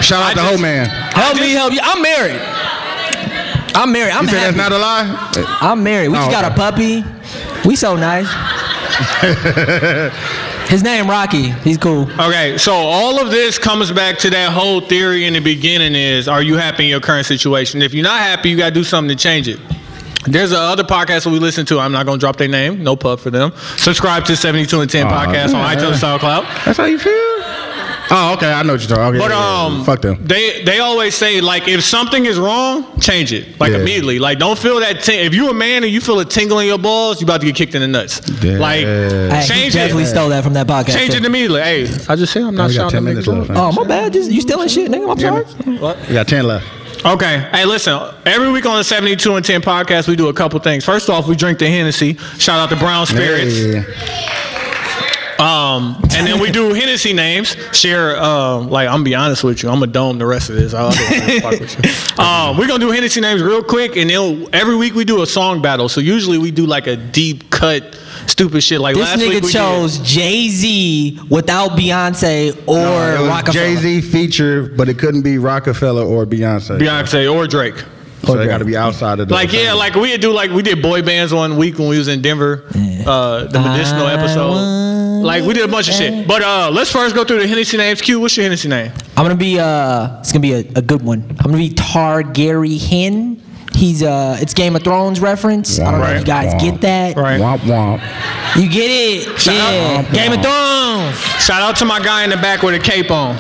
[SPEAKER 4] Shout out to
[SPEAKER 5] just-
[SPEAKER 4] Ho Man.
[SPEAKER 6] Help me help you. I'm married. I'm married. I'm
[SPEAKER 4] You said that's
[SPEAKER 6] happy.
[SPEAKER 4] not a lie.
[SPEAKER 6] I'm married. We just
[SPEAKER 4] Oh,
[SPEAKER 6] got a puppy. We
[SPEAKER 5] [LAUGHS]
[SPEAKER 6] so nice. His name Rocky. He's cool.
[SPEAKER 5] Okay, so all of this comes back to that whole theory in the beginning is are you happy in your current situation? If you're not happy, you gotta do something to change it. There's a other podcast that we listen to. I'm not gonna drop their name. No pub for them. Subscribe to 72 and 10
[SPEAKER 4] Aw,
[SPEAKER 5] podcast on
[SPEAKER 4] yeah.
[SPEAKER 5] iTunes, SoundCloud.
[SPEAKER 4] That's how you feel. Oh, okay. I know what you're talking. Okay,
[SPEAKER 5] But
[SPEAKER 4] yeah, yeah,
[SPEAKER 5] um,
[SPEAKER 4] yeah. fuck them.
[SPEAKER 5] They they always say like if something is wrong, change it like
[SPEAKER 4] Yeah.
[SPEAKER 5] immediately. Like don't feel that ting- if you a man and you feel a tingle in your balls, you about to get kicked in the nuts.
[SPEAKER 4] Yeah.
[SPEAKER 5] Like
[SPEAKER 4] Hey,
[SPEAKER 6] Hey, he
[SPEAKER 5] change
[SPEAKER 6] definitely
[SPEAKER 5] it.
[SPEAKER 6] stole that from that podcast.
[SPEAKER 5] Change it immediately. Hey, I just said I'm not
[SPEAKER 4] we got
[SPEAKER 5] shouting.
[SPEAKER 4] ten
[SPEAKER 5] at
[SPEAKER 4] minutes
[SPEAKER 5] niggas.
[SPEAKER 4] left.
[SPEAKER 6] Oh, my bad. Just, you stealing shit, nigga. I'm sorry.
[SPEAKER 4] You got ten left.
[SPEAKER 5] Okay. Hey, listen. Every week on the 72 and 10 podcast, we do a couple things. First off, we drink the Hennessy. Shout out to Brown Spirits.
[SPEAKER 4] Yeah.
[SPEAKER 5] Um, and then we do Hennessy names. Share. Um, like I'm gonna be honest with you, I'm gonna dome the rest of this. I don't fuck
[SPEAKER 6] [LAUGHS]
[SPEAKER 5] with you. Um, we're gonna do Hennessy names real quick, and then every week we do a song battle. So usually we do like a deep cut, stupid shit. Like
[SPEAKER 6] This
[SPEAKER 5] last week
[SPEAKER 6] nigga
[SPEAKER 5] we
[SPEAKER 6] chose Jay Z without Beyonce or Rockefeller.
[SPEAKER 4] Jay Z feature, but it couldn't be Rockefeller or Beyonce.
[SPEAKER 5] did Beyonce or Drake.
[SPEAKER 4] So they got to be outside of the
[SPEAKER 5] Like yeah, like we do like we did boy bands one week when we was in Denver, uh, the medicinal
[SPEAKER 6] I
[SPEAKER 5] episode.
[SPEAKER 6] want
[SPEAKER 5] Like we did a bunch of shit. But uh, let's first go through the Hennessy names. Q, what's your Hennessy name?
[SPEAKER 6] I'm gonna be uh, it's gonna be a, a good one. I'm gonna be Targaryen. He's uh, it's Game of Thrones reference. I don't know if you guys get that.
[SPEAKER 5] Right.
[SPEAKER 4] Womp womp.
[SPEAKER 6] You get it?
[SPEAKER 5] Shout out.
[SPEAKER 6] yeah. Game of Thrones.
[SPEAKER 5] Shout out to my guy in the back with a cape on.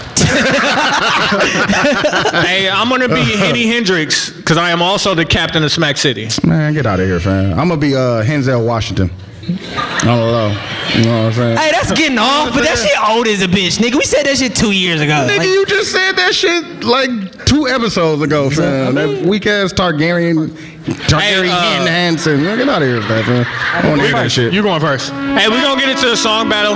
[SPEAKER 5] hey, I'm gonna be Henny Hendrix because I am also the captain of Smack City.
[SPEAKER 4] Man, get out of here, fam. I'm gonna be uh, Henzel Washington. I don't know. You know what I'm saying?
[SPEAKER 6] Hey, that's getting off, but that shit old as a bitch, nigga. We said that shit two years ago.
[SPEAKER 4] Nigga,
[SPEAKER 6] Like,
[SPEAKER 4] you just said that shit like two episodes ago, fam. That weak ass Targaryen, Targaryen
[SPEAKER 5] Hey, uh,
[SPEAKER 4] Hanson. Man, get out of here, with that, fam. I don't want to hear that shit.
[SPEAKER 5] You going first? Hey, we're gonna get into the song battle.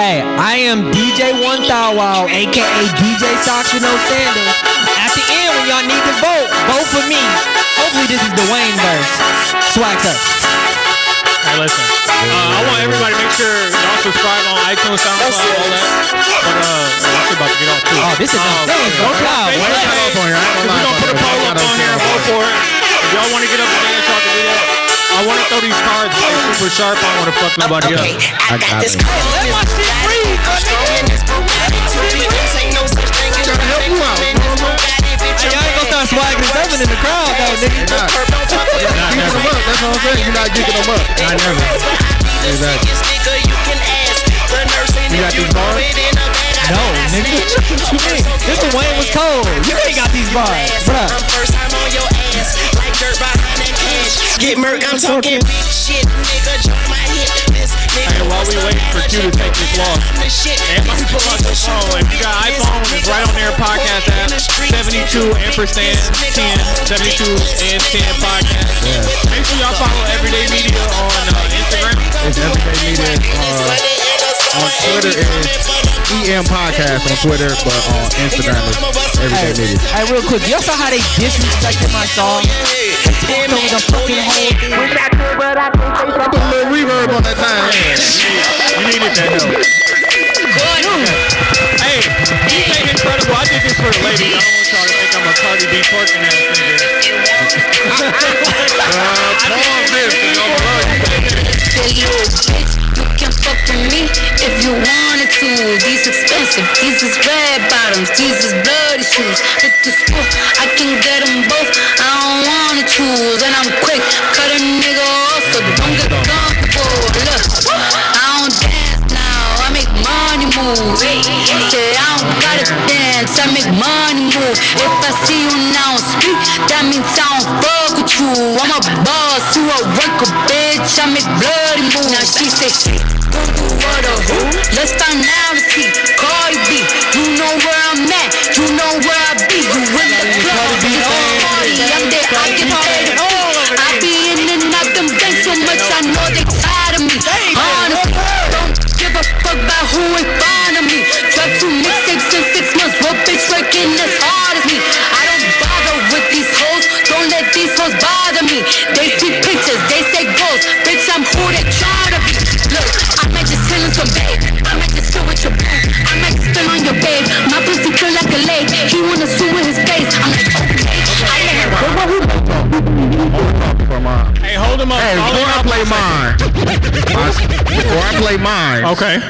[SPEAKER 6] hey, I am DJ One Thou Wow, aka DJ Socks with No Standards. At the end, when y'all need to vote, vote for me. Hopefully, this is the Wayne verse. Swag up.
[SPEAKER 5] Hey, listen. Uh, I want everybody to make sure y'all subscribe on iTunes, SoundCloud, all that. But uh, y'all shit about to get off too.
[SPEAKER 6] Oh, this is insane. Go cloud.
[SPEAKER 5] We're
[SPEAKER 4] Wait, hold on, I ain't gonna lie
[SPEAKER 5] gonna put a
[SPEAKER 4] about
[SPEAKER 5] poll
[SPEAKER 4] that.
[SPEAKER 5] up on here and vote for it. If y'all want to get up and dance, y'all can do that. I want to throw these cards like, super sharp. I don't want to fuck nobody
[SPEAKER 7] Okay, I
[SPEAKER 5] up.
[SPEAKER 7] got this cold. Let my shit breathe. I'm strong in this Bugatti. Two bitches ain't no such thing as
[SPEAKER 4] Tryna help you out.
[SPEAKER 7] I'm in this Bugatti, bitch.
[SPEAKER 6] Hey, y'all ain't gonna start swagging this up in the crowd, though, nigga.
[SPEAKER 4] Nah.
[SPEAKER 7] Nah,
[SPEAKER 4] Geeking them up. That's what I'm saying. You're not geeking them up.
[SPEAKER 7] I never.
[SPEAKER 4] Exactly. You got these bars?
[SPEAKER 6] No, nigga. What you mean? This the Wayne was cold. You ain't got these bars, bruh.
[SPEAKER 7] I'm first time on your ass, like dirt behind that cash. Get murk, I'm talking big shit, nigga. Join my hit list, nigga.
[SPEAKER 5] Hey, while we waiting for Q to take this loss,
[SPEAKER 7] I'm the shit.
[SPEAKER 5] Everybody pull out your phone. If you got iPhone, it's right on their podcast app. 72 ampersand 10, 72 and 10 podcast. Make sure y'all follow Everyday uh, Me
[SPEAKER 4] Twitter is EM Uh, E Podcast on Twitter, but on Instagram is Everyday Niggas.
[SPEAKER 6] Hey, real quick, y'all saw how they disrespected my song? They told me the fucking whole thing.
[SPEAKER 4] Put a little reverb on that thing.
[SPEAKER 5] You needed that help. Good. Hey, DJ Incredible, I did this for the ladies. I don't want y'all to think I'm a Cardi B twerking ass nigga.
[SPEAKER 3] Come on, bitch, 'cause I'm a lawyer.
[SPEAKER 8] tell you, bitch, you can fuck with me if you wanted to. These expensive, these is red bottoms, these is bloody shoes. Hit the school, I can get them both. I don't wanna choose, and I'm quick, cut a nigga off, so don't get comfortable. Look, I don't dance now, I make money move. Say I don't gotta dance, I make money move. If I see you now speak, that means I don't fuck with you. I'm a boss, you a worker, bitch. I make bloody moves. Now she say, who do what or who? Let's find out and see. Cardi B, you know where I'm at, you know where I be. You in the club, you on party. I'm there, I get paid at all. I be in and out them banks so much, I know they tired of me. Honestly, don't give a fuck about who in front of me. Drop two mixtapes in six months, what bitch working as hard as me? I don't bother with these hoes, don't let these hoes bother me. They see pictures, they say goals, bitch, I'm who they try to be. Look, I might just chill in some babe, I might just chill with your babe, I might just spill on your babe. My pussy feel like a lake, he wanna swim with his face. I'm like, okay, I let him go.
[SPEAKER 4] From, uh,
[SPEAKER 5] Hey, hold him up.
[SPEAKER 4] Hey,
[SPEAKER 5] Hold
[SPEAKER 4] before
[SPEAKER 5] him
[SPEAKER 4] I
[SPEAKER 5] up.
[SPEAKER 4] play mine, I s- before I play mine,
[SPEAKER 5] Okay.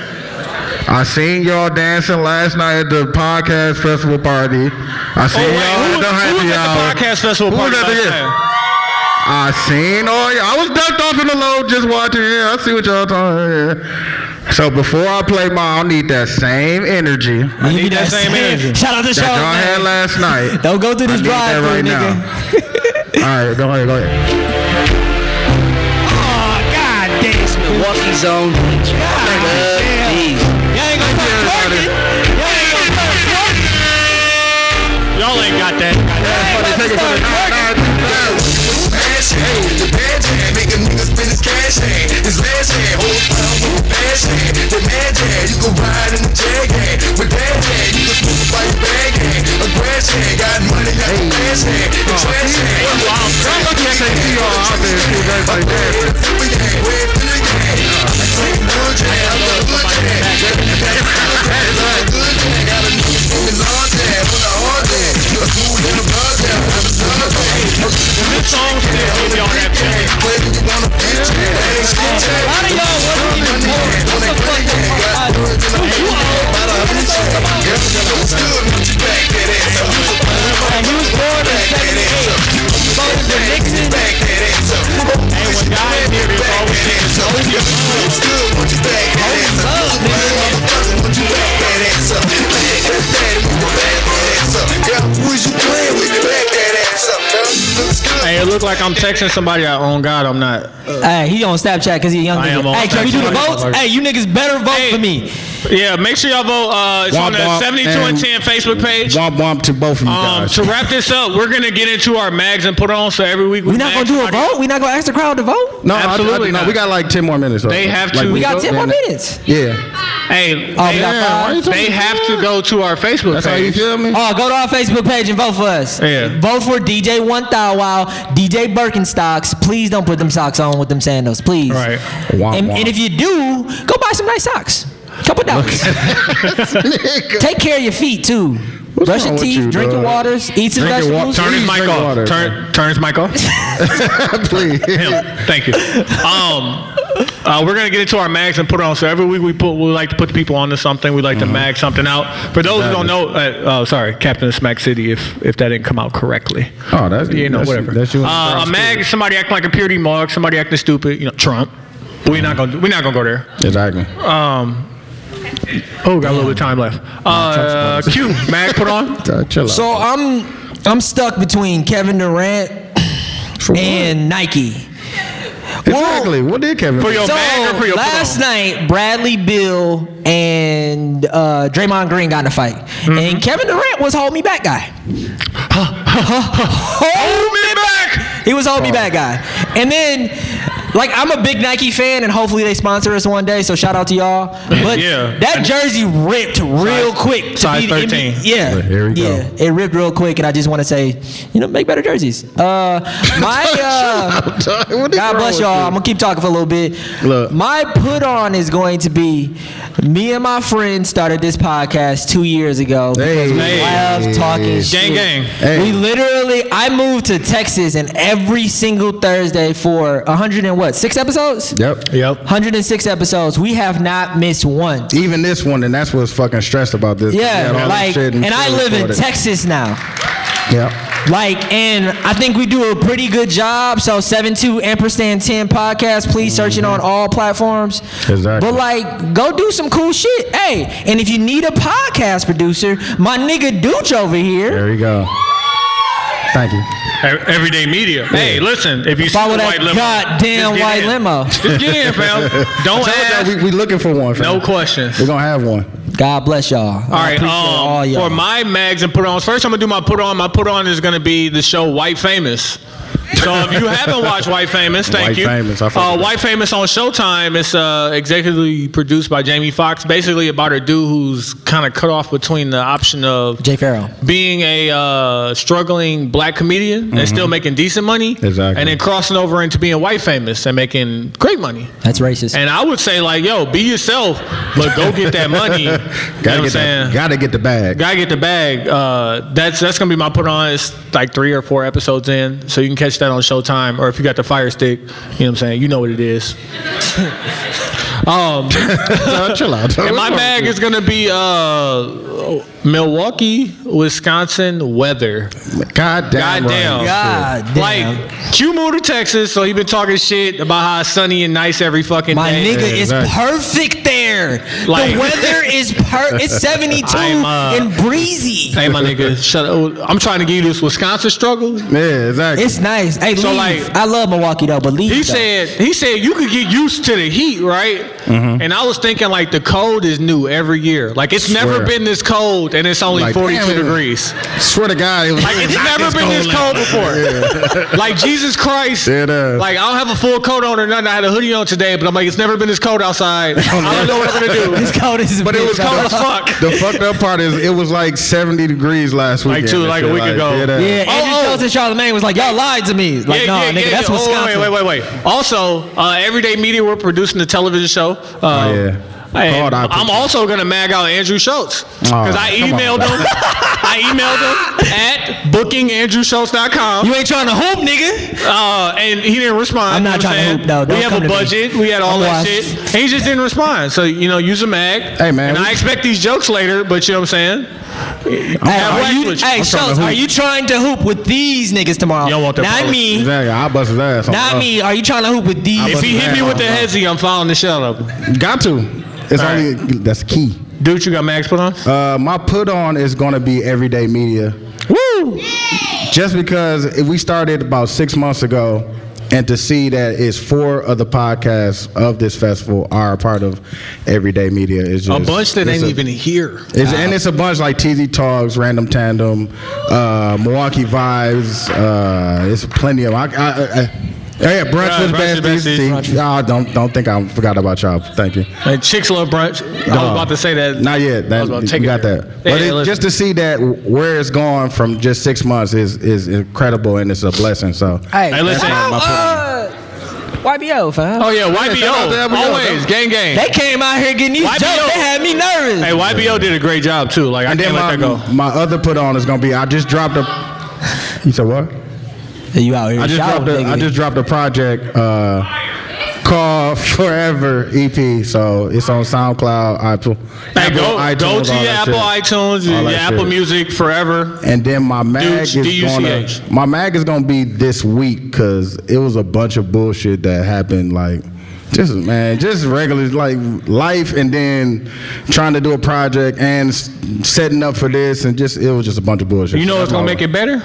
[SPEAKER 4] I seen y'all dancing last night at the podcast festival party. I
[SPEAKER 5] Oh,
[SPEAKER 4] seen
[SPEAKER 5] wait,
[SPEAKER 4] y'all
[SPEAKER 5] who,
[SPEAKER 4] at
[SPEAKER 5] was-
[SPEAKER 4] the
[SPEAKER 5] who
[SPEAKER 4] happy
[SPEAKER 5] was at the
[SPEAKER 4] hour.
[SPEAKER 5] podcast festival
[SPEAKER 4] Who was
[SPEAKER 5] party
[SPEAKER 4] at the-
[SPEAKER 5] last
[SPEAKER 4] yeah.
[SPEAKER 5] night?
[SPEAKER 4] I seen all y'all. I was ducked off in the load just watching. Yeah, I see what y'all talking. Yeah. So before I play mine, I need that same energy
[SPEAKER 5] I need that same energy.
[SPEAKER 6] Shout out to
[SPEAKER 4] that y'all had
[SPEAKER 6] Sean. man.
[SPEAKER 4] last
[SPEAKER 5] [LAUGHS]
[SPEAKER 4] night.
[SPEAKER 6] Don't go
[SPEAKER 4] I
[SPEAKER 6] through this
[SPEAKER 4] need that
[SPEAKER 6] drive
[SPEAKER 4] right
[SPEAKER 6] through,
[SPEAKER 4] now.
[SPEAKER 6] nigga.
[SPEAKER 4] All right, go ahead, go ahead.
[SPEAKER 9] Milwaukee zone. Love these.
[SPEAKER 5] Y'all ain't got that.
[SPEAKER 4] Everybody take it to the nine, nine, nine.
[SPEAKER 7] Fast hand, the bad hand, make a nigga spin his cash hand, his last hand, hold pound with the fast hand, the mad hand, you can ride in the jag hand, with that hand, you can smoke by your bag hand, a grass hand, got money like a fast hand, the trash hand,
[SPEAKER 4] Oh,
[SPEAKER 7] I'm wild,
[SPEAKER 4] I'm looking at that PR out there, see if everybody dancing.
[SPEAKER 5] This song still give y'all that feeling.
[SPEAKER 6] A lot of y'all wasn't even born. What the fuck the fuck I do? And he was born in 78. Voted for Nixon.
[SPEAKER 5] Hey, when guys hear this, always think it's
[SPEAKER 6] Love, nigga.
[SPEAKER 5] Hey, it look like I'm texting somebody I own God. I'm not.
[SPEAKER 6] Hey, he on Snapchat because he a young
[SPEAKER 5] I am
[SPEAKER 6] nigga.
[SPEAKER 5] on
[SPEAKER 6] Hey, can we do the
[SPEAKER 5] Snapchat.
[SPEAKER 6] votes? Hey, you niggas better vote
[SPEAKER 5] Hey.
[SPEAKER 6] for me.
[SPEAKER 5] Yeah, make sure y'all vote. Uh, it's on
[SPEAKER 4] Womp
[SPEAKER 5] the
[SPEAKER 4] womp
[SPEAKER 5] 72 and
[SPEAKER 4] and
[SPEAKER 5] 10 Facebook page.
[SPEAKER 4] Womp womp to both of you
[SPEAKER 5] Um,
[SPEAKER 4] guys.
[SPEAKER 5] to wrap this up, we're gonna get into our mags and put on. So every week we
[SPEAKER 6] We not gonna
[SPEAKER 5] mags
[SPEAKER 6] do a
[SPEAKER 5] somebody-
[SPEAKER 6] vote? We not gonna ask the crowd to vote?
[SPEAKER 4] no, I- I-
[SPEAKER 5] absolutely
[SPEAKER 4] no,
[SPEAKER 5] not.
[SPEAKER 4] we got like ten more minutes.
[SPEAKER 5] They have to-
[SPEAKER 6] We got
[SPEAKER 5] vote,
[SPEAKER 6] 10 more minutes.
[SPEAKER 4] Yeah.
[SPEAKER 5] Hey,
[SPEAKER 6] Oh,
[SPEAKER 5] they, uh,
[SPEAKER 6] we got
[SPEAKER 4] Yeah, why you
[SPEAKER 6] five.
[SPEAKER 4] talking
[SPEAKER 5] they have
[SPEAKER 4] about
[SPEAKER 5] to
[SPEAKER 4] that?
[SPEAKER 5] go to our Facebook
[SPEAKER 4] That's how you
[SPEAKER 5] page.
[SPEAKER 4] feel me? [LAUGHS]
[SPEAKER 6] Oh, go to our Facebook page and vote for us.
[SPEAKER 5] Yeah.
[SPEAKER 6] Vote for DJ One Thou Wow, DJ Birkenstocks. Please don't put them socks on with them sandals, please.
[SPEAKER 5] Right.
[SPEAKER 4] Womp
[SPEAKER 6] And,
[SPEAKER 4] womp.
[SPEAKER 6] and if you do, go buy some nice socks. [LAUGHS] Couple dollars. Take care of your feet too. Brush
[SPEAKER 4] wrong
[SPEAKER 6] your
[SPEAKER 4] with
[SPEAKER 6] teeth,
[SPEAKER 4] you,
[SPEAKER 6] drink your
[SPEAKER 4] dog?
[SPEAKER 6] waters, eat some
[SPEAKER 4] Drink your wa-
[SPEAKER 6] vegetables.
[SPEAKER 5] Turn his
[SPEAKER 4] Please
[SPEAKER 5] mic
[SPEAKER 4] drink
[SPEAKER 5] off.
[SPEAKER 4] water.
[SPEAKER 5] turn, turn his mic off.
[SPEAKER 4] [LAUGHS] Please.
[SPEAKER 5] Him. Thank you. Um, uh, we're gonna get into our mags and put on. So every week we put we like to put the people onto something. We like
[SPEAKER 4] Mm-hmm.
[SPEAKER 5] to mag something out. For those who don't know, uh, oh, sorry, Captain of Smack City. If if that didn't come out correctly.
[SPEAKER 4] Oh, that's
[SPEAKER 5] you know,
[SPEAKER 4] that's,
[SPEAKER 5] whatever.
[SPEAKER 4] That's you. and
[SPEAKER 5] uh, a
[SPEAKER 4] the
[SPEAKER 5] mag, somebody acting like a purity mug, somebody acting stupid, you know, Trump. We're not gonna, we're not gonna go there.
[SPEAKER 4] crowd. Exactly.
[SPEAKER 5] Oh, got a little bit of time left. Uh, Q,
[SPEAKER 4] [LAUGHS]
[SPEAKER 5] mag put on.
[SPEAKER 4] Uh, chill out.
[SPEAKER 6] So I'm I'm stuck between Kevin Durant
[SPEAKER 4] For what?
[SPEAKER 6] and Nike.
[SPEAKER 4] exactly. What did Kevin?
[SPEAKER 5] For
[SPEAKER 4] do?
[SPEAKER 5] your mag or for your put
[SPEAKER 6] last
[SPEAKER 5] on?
[SPEAKER 6] night, Bradley Bill and uh, Draymond Green got in a fight,
[SPEAKER 5] Mm-hmm.
[SPEAKER 6] and Kevin Durant was hold me
[SPEAKER 5] [LAUGHS]
[SPEAKER 6] back guy. [LAUGHS] hold me back. He was hold me back guy, and then Like I'm a big Nike fan, and hopefully they sponsor us one day. So shout out to y'all.
[SPEAKER 5] [LAUGHS]
[SPEAKER 6] But
[SPEAKER 5] Yeah.
[SPEAKER 6] that jersey ripped real quick. to
[SPEAKER 5] size
[SPEAKER 6] be the NBA
[SPEAKER 5] 13.
[SPEAKER 6] Yeah,
[SPEAKER 4] Here we go.
[SPEAKER 6] yeah, it ripped real quick, and I just want to say, you know, make better jerseys.
[SPEAKER 5] [LAUGHS]
[SPEAKER 6] Uh, my uh,
[SPEAKER 4] [LAUGHS] What is
[SPEAKER 6] God
[SPEAKER 4] wrong
[SPEAKER 6] bless
[SPEAKER 4] with
[SPEAKER 6] y'all.
[SPEAKER 4] you?
[SPEAKER 6] I'm gonna keep talking for a little bit.
[SPEAKER 4] Look.
[SPEAKER 6] my put on is going to be me and my friend started this podcast two years ago because we
[SPEAKER 4] Hey.
[SPEAKER 6] love talking.
[SPEAKER 5] Gang,
[SPEAKER 6] shit.
[SPEAKER 5] gang.
[SPEAKER 4] Hey.
[SPEAKER 6] We literally, I moved to Texas, and every single Thursday for 100 and what six episodes?
[SPEAKER 4] Yep.
[SPEAKER 5] Yep.
[SPEAKER 6] 106 episodes. We have not missed one.
[SPEAKER 4] Even this one, and that's what's fucking stressed about this. We had
[SPEAKER 6] Yeah,
[SPEAKER 4] all this
[SPEAKER 6] like,
[SPEAKER 4] shit
[SPEAKER 6] and I
[SPEAKER 4] still
[SPEAKER 6] live in
[SPEAKER 4] recorded.
[SPEAKER 6] Texas now.
[SPEAKER 4] Yep.
[SPEAKER 6] Like, and I think we do a pretty good job. So, 72 ampersand 10 podcast, please search it on all platforms.
[SPEAKER 4] Mm-hmm. Exactly.
[SPEAKER 6] But, like, go do some cool shit. Hey, and if you need a podcast producer, my nigga Dooch over here.
[SPEAKER 4] There you go. Thank you.
[SPEAKER 5] Ev- Everyday media. Hey, listen, if you see
[SPEAKER 6] Follow
[SPEAKER 5] the
[SPEAKER 6] that
[SPEAKER 5] white limo,
[SPEAKER 6] goddamn
[SPEAKER 5] just get
[SPEAKER 6] white
[SPEAKER 5] in.
[SPEAKER 6] limo.
[SPEAKER 5] Just get in, fam.
[SPEAKER 6] [LAUGHS]
[SPEAKER 4] [LAUGHS]
[SPEAKER 5] Don't
[SPEAKER 4] Yeah,
[SPEAKER 5] ask.
[SPEAKER 4] we, we looking for one. Fam.
[SPEAKER 5] No questions.
[SPEAKER 4] We're gonna have one.
[SPEAKER 6] God bless y'all.
[SPEAKER 5] All right, um,
[SPEAKER 6] all y'all.
[SPEAKER 5] for my mags and put ons, first I'm gonna do my put on. My put on is gonna be the show White Famous. So if you haven't watched White Famous, thank
[SPEAKER 4] White
[SPEAKER 5] you.
[SPEAKER 4] Famous, I fuck
[SPEAKER 5] uh,
[SPEAKER 4] with
[SPEAKER 5] White Famous on Showtime. It's uh, executively produced by Jamie Foxx. Basically about a dude who's kind of cut off between the option of
[SPEAKER 6] Jay Farrell.
[SPEAKER 5] being a uh, struggling black comedian and still making decent money,
[SPEAKER 4] Mm-hmm. Exactly.
[SPEAKER 5] and then crossing over into being White Famous and making great money.
[SPEAKER 6] That's racist.
[SPEAKER 5] And I would say like, yo, be yourself, but go get
[SPEAKER 4] [LAUGHS]
[SPEAKER 5] that money. you know what
[SPEAKER 4] Gotta
[SPEAKER 5] I'm
[SPEAKER 4] get
[SPEAKER 5] saying?
[SPEAKER 4] that, Gotta get the bag.
[SPEAKER 5] Gotta get the bag. Uh, that's that's gonna be my put on. It's like three or four episodes in, so you can catch that on Showtime, or if you got the Fire Stick, you know what I'm saying. You know what it is. um,
[SPEAKER 4] No, [LAUGHS] chill out.
[SPEAKER 5] and my bag is gonna be uh, Milwaukee, Wisconsin weather.
[SPEAKER 4] God damn.
[SPEAKER 5] Goddamn.
[SPEAKER 4] Uh,
[SPEAKER 6] God damn.
[SPEAKER 5] oh, Like Q moved to Texas, so he been talking shit about how it's sunny and nice every fucking
[SPEAKER 6] My
[SPEAKER 5] day.
[SPEAKER 6] nigga is
[SPEAKER 4] exactly.
[SPEAKER 6] perfect there.
[SPEAKER 5] Like- [LAUGHS]
[SPEAKER 6] the weather is per. It's 72
[SPEAKER 5] I'm, uh,
[SPEAKER 6] and breezy.
[SPEAKER 5] Hey, my nigga, shut up. I'm trying to give you this Wisconsin struggle.
[SPEAKER 4] Yeah, exactly.
[SPEAKER 6] It's nice. Hey,
[SPEAKER 5] So,
[SPEAKER 6] leave.
[SPEAKER 5] like-
[SPEAKER 6] I love Milwaukee though, but leave.
[SPEAKER 5] He
[SPEAKER 6] though.
[SPEAKER 5] said he said you could get used to the heat, right?
[SPEAKER 4] Mm-hmm.
[SPEAKER 5] And I was thinking like the cold is new every year. Like it's never
[SPEAKER 4] Swear. been
[SPEAKER 5] been this cold and it's only
[SPEAKER 4] Like,
[SPEAKER 5] 42
[SPEAKER 4] 42 damn it.
[SPEAKER 5] degrees.
[SPEAKER 4] degrees. Swear to God, it was
[SPEAKER 5] Like it's never been this cold before. [LAUGHS] like Jesus Christ.
[SPEAKER 4] Yeah, it is.
[SPEAKER 5] Like I don't have a full coat on or nothing. I had a hoodie on today, but I'm like it's never been this
[SPEAKER 4] [LAUGHS]
[SPEAKER 5] cold outside. I don't know what I'm
[SPEAKER 6] [LAUGHS]
[SPEAKER 5] gonna do.
[SPEAKER 6] It's cold as a
[SPEAKER 5] But it
[SPEAKER 6] bitch,
[SPEAKER 5] was cold
[SPEAKER 6] though.
[SPEAKER 5] as fuck.
[SPEAKER 4] Oh, The fucked up part is it was like 70 degrees last week.
[SPEAKER 5] Like, two- like a week ago.
[SPEAKER 6] Yeah,
[SPEAKER 4] Yeah. that-
[SPEAKER 6] Andrew
[SPEAKER 5] oh.
[SPEAKER 6] Schultz and Charlemagne was like, y'all lied to me. Like, no, nigga, that's
[SPEAKER 5] Oh,
[SPEAKER 6] Wisconsin.
[SPEAKER 5] wait, wait, wait, wait. Also, uh, Everyday Media, we're producing a television show. Um,
[SPEAKER 6] Oh,
[SPEAKER 4] yeah.
[SPEAKER 5] and
[SPEAKER 4] Hard eye
[SPEAKER 5] I'm
[SPEAKER 4] picture.
[SPEAKER 5] also gonna mag out Andrew Schultz
[SPEAKER 6] Oh,
[SPEAKER 5] because I
[SPEAKER 4] come on,
[SPEAKER 5] emailed him. [LAUGHS] I emailed him at bookingandrewschultz.com,
[SPEAKER 6] You ain't trying to hoop, nigga.
[SPEAKER 5] uh, and he didn't respond.
[SPEAKER 6] I'm
[SPEAKER 5] you
[SPEAKER 6] not
[SPEAKER 5] know what
[SPEAKER 6] trying to
[SPEAKER 5] saying?
[SPEAKER 6] hoop, no, don't
[SPEAKER 5] we have
[SPEAKER 6] come
[SPEAKER 5] a
[SPEAKER 6] to me.
[SPEAKER 5] budget. We had all
[SPEAKER 6] I'm
[SPEAKER 5] that
[SPEAKER 6] washed.
[SPEAKER 5] shit, and he just didn't respond. So you know, use a mag.
[SPEAKER 4] Hey, man,
[SPEAKER 5] And I
[SPEAKER 4] we-
[SPEAKER 5] expect these jokes later, but you know what I'm saying.
[SPEAKER 6] Hey,
[SPEAKER 5] Have
[SPEAKER 6] are you,
[SPEAKER 5] language.
[SPEAKER 6] hey
[SPEAKER 5] I'm trying to
[SPEAKER 6] Schultz,
[SPEAKER 5] hoop.
[SPEAKER 6] are you trying to hoop with these niggas tomorrow?
[SPEAKER 5] You don't want that
[SPEAKER 6] Not
[SPEAKER 5] problem.
[SPEAKER 6] me.
[SPEAKER 4] Exactly. I bust his ass. on
[SPEAKER 6] Not
[SPEAKER 4] us.
[SPEAKER 6] me. Are you trying to hoop with these?
[SPEAKER 5] If he hit me with the hezzy, I'm following the shell up.
[SPEAKER 4] Got to. It's
[SPEAKER 5] All
[SPEAKER 4] only that's key.
[SPEAKER 5] Dude, you got mags put on?
[SPEAKER 4] Uh, my put on is gonna be everyday media.
[SPEAKER 5] Woo!
[SPEAKER 4] Just because if we started about six months ago, and to see that it's four of the podcasts of this festival are a part of everyday media is
[SPEAKER 5] A
[SPEAKER 4] just
[SPEAKER 5] bunch that
[SPEAKER 4] it's
[SPEAKER 5] ain't
[SPEAKER 4] a-
[SPEAKER 5] even here.
[SPEAKER 4] It's, and it's a bunch like TZ Talks, Random Tandem, uh, Milwaukee Vibes. Uh, it's plenty of. I, I, I, yeah, brunch
[SPEAKER 5] Right,
[SPEAKER 4] with the
[SPEAKER 5] Brunch with
[SPEAKER 4] besties.
[SPEAKER 5] Besties.
[SPEAKER 4] See,
[SPEAKER 5] Brunch.
[SPEAKER 4] y'all don't don't think I forgot about y'all. Thank you.
[SPEAKER 5] And chicks love brunch. I was
[SPEAKER 4] Dog.
[SPEAKER 5] about to say that.
[SPEAKER 4] Not yet. That,
[SPEAKER 5] I was about to take
[SPEAKER 4] you
[SPEAKER 5] it
[SPEAKER 4] got
[SPEAKER 5] there.
[SPEAKER 4] that.
[SPEAKER 5] Yeah,
[SPEAKER 4] But
[SPEAKER 5] yeah,
[SPEAKER 4] it,
[SPEAKER 5] listen.
[SPEAKER 4] just to see that where it's gone from just six months is is incredible and it's a blessing. So
[SPEAKER 5] Hey, listen.
[SPEAKER 4] my point.
[SPEAKER 6] uh, YBO, fam.
[SPEAKER 5] Oh yeah, YBO.
[SPEAKER 4] shout out to YBO,
[SPEAKER 5] always
[SPEAKER 4] though.
[SPEAKER 5] gang gang.
[SPEAKER 6] They came out here getting these
[SPEAKER 5] YBO.
[SPEAKER 6] jokes. They had me nervous.
[SPEAKER 5] Hey, YBO did a great job too. Like I
[SPEAKER 4] and then um,
[SPEAKER 5] can't let
[SPEAKER 4] my,
[SPEAKER 5] that go.
[SPEAKER 4] my other put on is gonna be I just dropped a. You said what?
[SPEAKER 6] you out here
[SPEAKER 4] I just
[SPEAKER 6] shouting,
[SPEAKER 4] dropped a, I
[SPEAKER 6] nigga.
[SPEAKER 4] just dropped a project uh, called [LAUGHS] Forever EP. So it's on SoundCloud, Apple,
[SPEAKER 5] Hey,
[SPEAKER 4] Apple
[SPEAKER 5] go, go
[SPEAKER 4] iTunes,
[SPEAKER 5] to
[SPEAKER 4] all
[SPEAKER 5] your
[SPEAKER 4] that
[SPEAKER 5] Apple
[SPEAKER 4] shit.
[SPEAKER 5] iTunes,
[SPEAKER 4] All
[SPEAKER 5] your
[SPEAKER 4] that
[SPEAKER 5] Apple
[SPEAKER 4] shit.
[SPEAKER 5] Music forever.
[SPEAKER 4] And then my mag
[SPEAKER 5] Duch,
[SPEAKER 4] is gonna
[SPEAKER 5] D-U-C-H.
[SPEAKER 4] my mag is gonna be this week because it was a bunch of bullshit that happened like. Just man, just regular like life, and then trying to do a project and s- setting up for this, and just it was just a bunch of bullshit.
[SPEAKER 5] You know what's gonna make it better?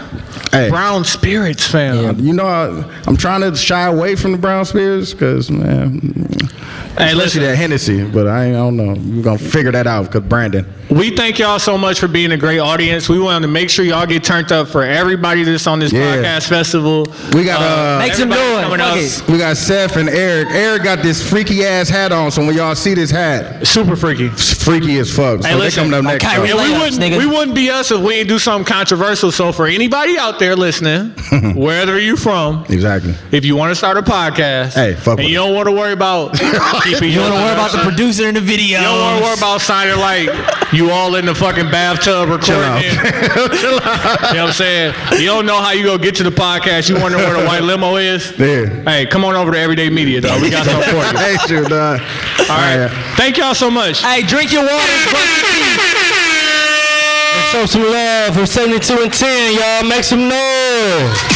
[SPEAKER 4] Hey.
[SPEAKER 5] Brown spirits, fam.
[SPEAKER 4] You know, I, I'm trying to shy away from the brown spirits because man,
[SPEAKER 5] Hey,
[SPEAKER 4] Especially
[SPEAKER 5] listen.
[SPEAKER 4] that Hennessy, but I, ain't- I don't know. We're gonna figure that out because Brandon.
[SPEAKER 5] We thank y'all so much for being a great audience. We wanted to make sure y'all get turned up for everybody that's on this
[SPEAKER 4] Yeah.
[SPEAKER 5] podcast festival.
[SPEAKER 4] We got, uh,
[SPEAKER 6] Make some
[SPEAKER 5] everybody
[SPEAKER 6] noise.
[SPEAKER 5] coming
[SPEAKER 6] Fuck
[SPEAKER 5] out.
[SPEAKER 6] it.
[SPEAKER 4] We got Seth and Eric. Eric got this freaky ass hat on, so when y'all see this hat,
[SPEAKER 5] Super freaky.
[SPEAKER 4] it's freaky as fuck. So
[SPEAKER 5] Hey, listen,
[SPEAKER 4] they coming up
[SPEAKER 5] like
[SPEAKER 4] next.
[SPEAKER 6] Kyrie
[SPEAKER 5] And
[SPEAKER 4] though.
[SPEAKER 5] we
[SPEAKER 6] Layups,
[SPEAKER 5] wouldn't,
[SPEAKER 6] nigga.
[SPEAKER 5] we wouldn't be us if we didn't do something controversial. So for anybody out
[SPEAKER 4] [LAUGHS]
[SPEAKER 5] there listening, wherever you from,
[SPEAKER 4] Exactly.
[SPEAKER 5] if you want to start a podcast,
[SPEAKER 4] Hey, fuck
[SPEAKER 5] and
[SPEAKER 4] with
[SPEAKER 5] you don't want to
[SPEAKER 4] [LAUGHS]
[SPEAKER 5] worry about keeping
[SPEAKER 6] You don't worry about the
[SPEAKER 5] production,
[SPEAKER 6] producer in the video.
[SPEAKER 5] You don't want to worry about signing like you all in the fucking bathtub recording.
[SPEAKER 4] out. [LAUGHS]
[SPEAKER 5] it. you know what I'm saying? You don't know how you gonna get to the podcast. You wonder where the white limo is.
[SPEAKER 4] Yeah.
[SPEAKER 5] Hey, come on over to Everyday Media, though. We
[SPEAKER 4] [LAUGHS]
[SPEAKER 5] got something for you.
[SPEAKER 4] Hey, shoot, dog. All
[SPEAKER 5] All right.
[SPEAKER 4] right.
[SPEAKER 5] Thank y'all so much.
[SPEAKER 6] Hey, drink your water.
[SPEAKER 10] Show some love for 72 and 10, y'all. Make some noise.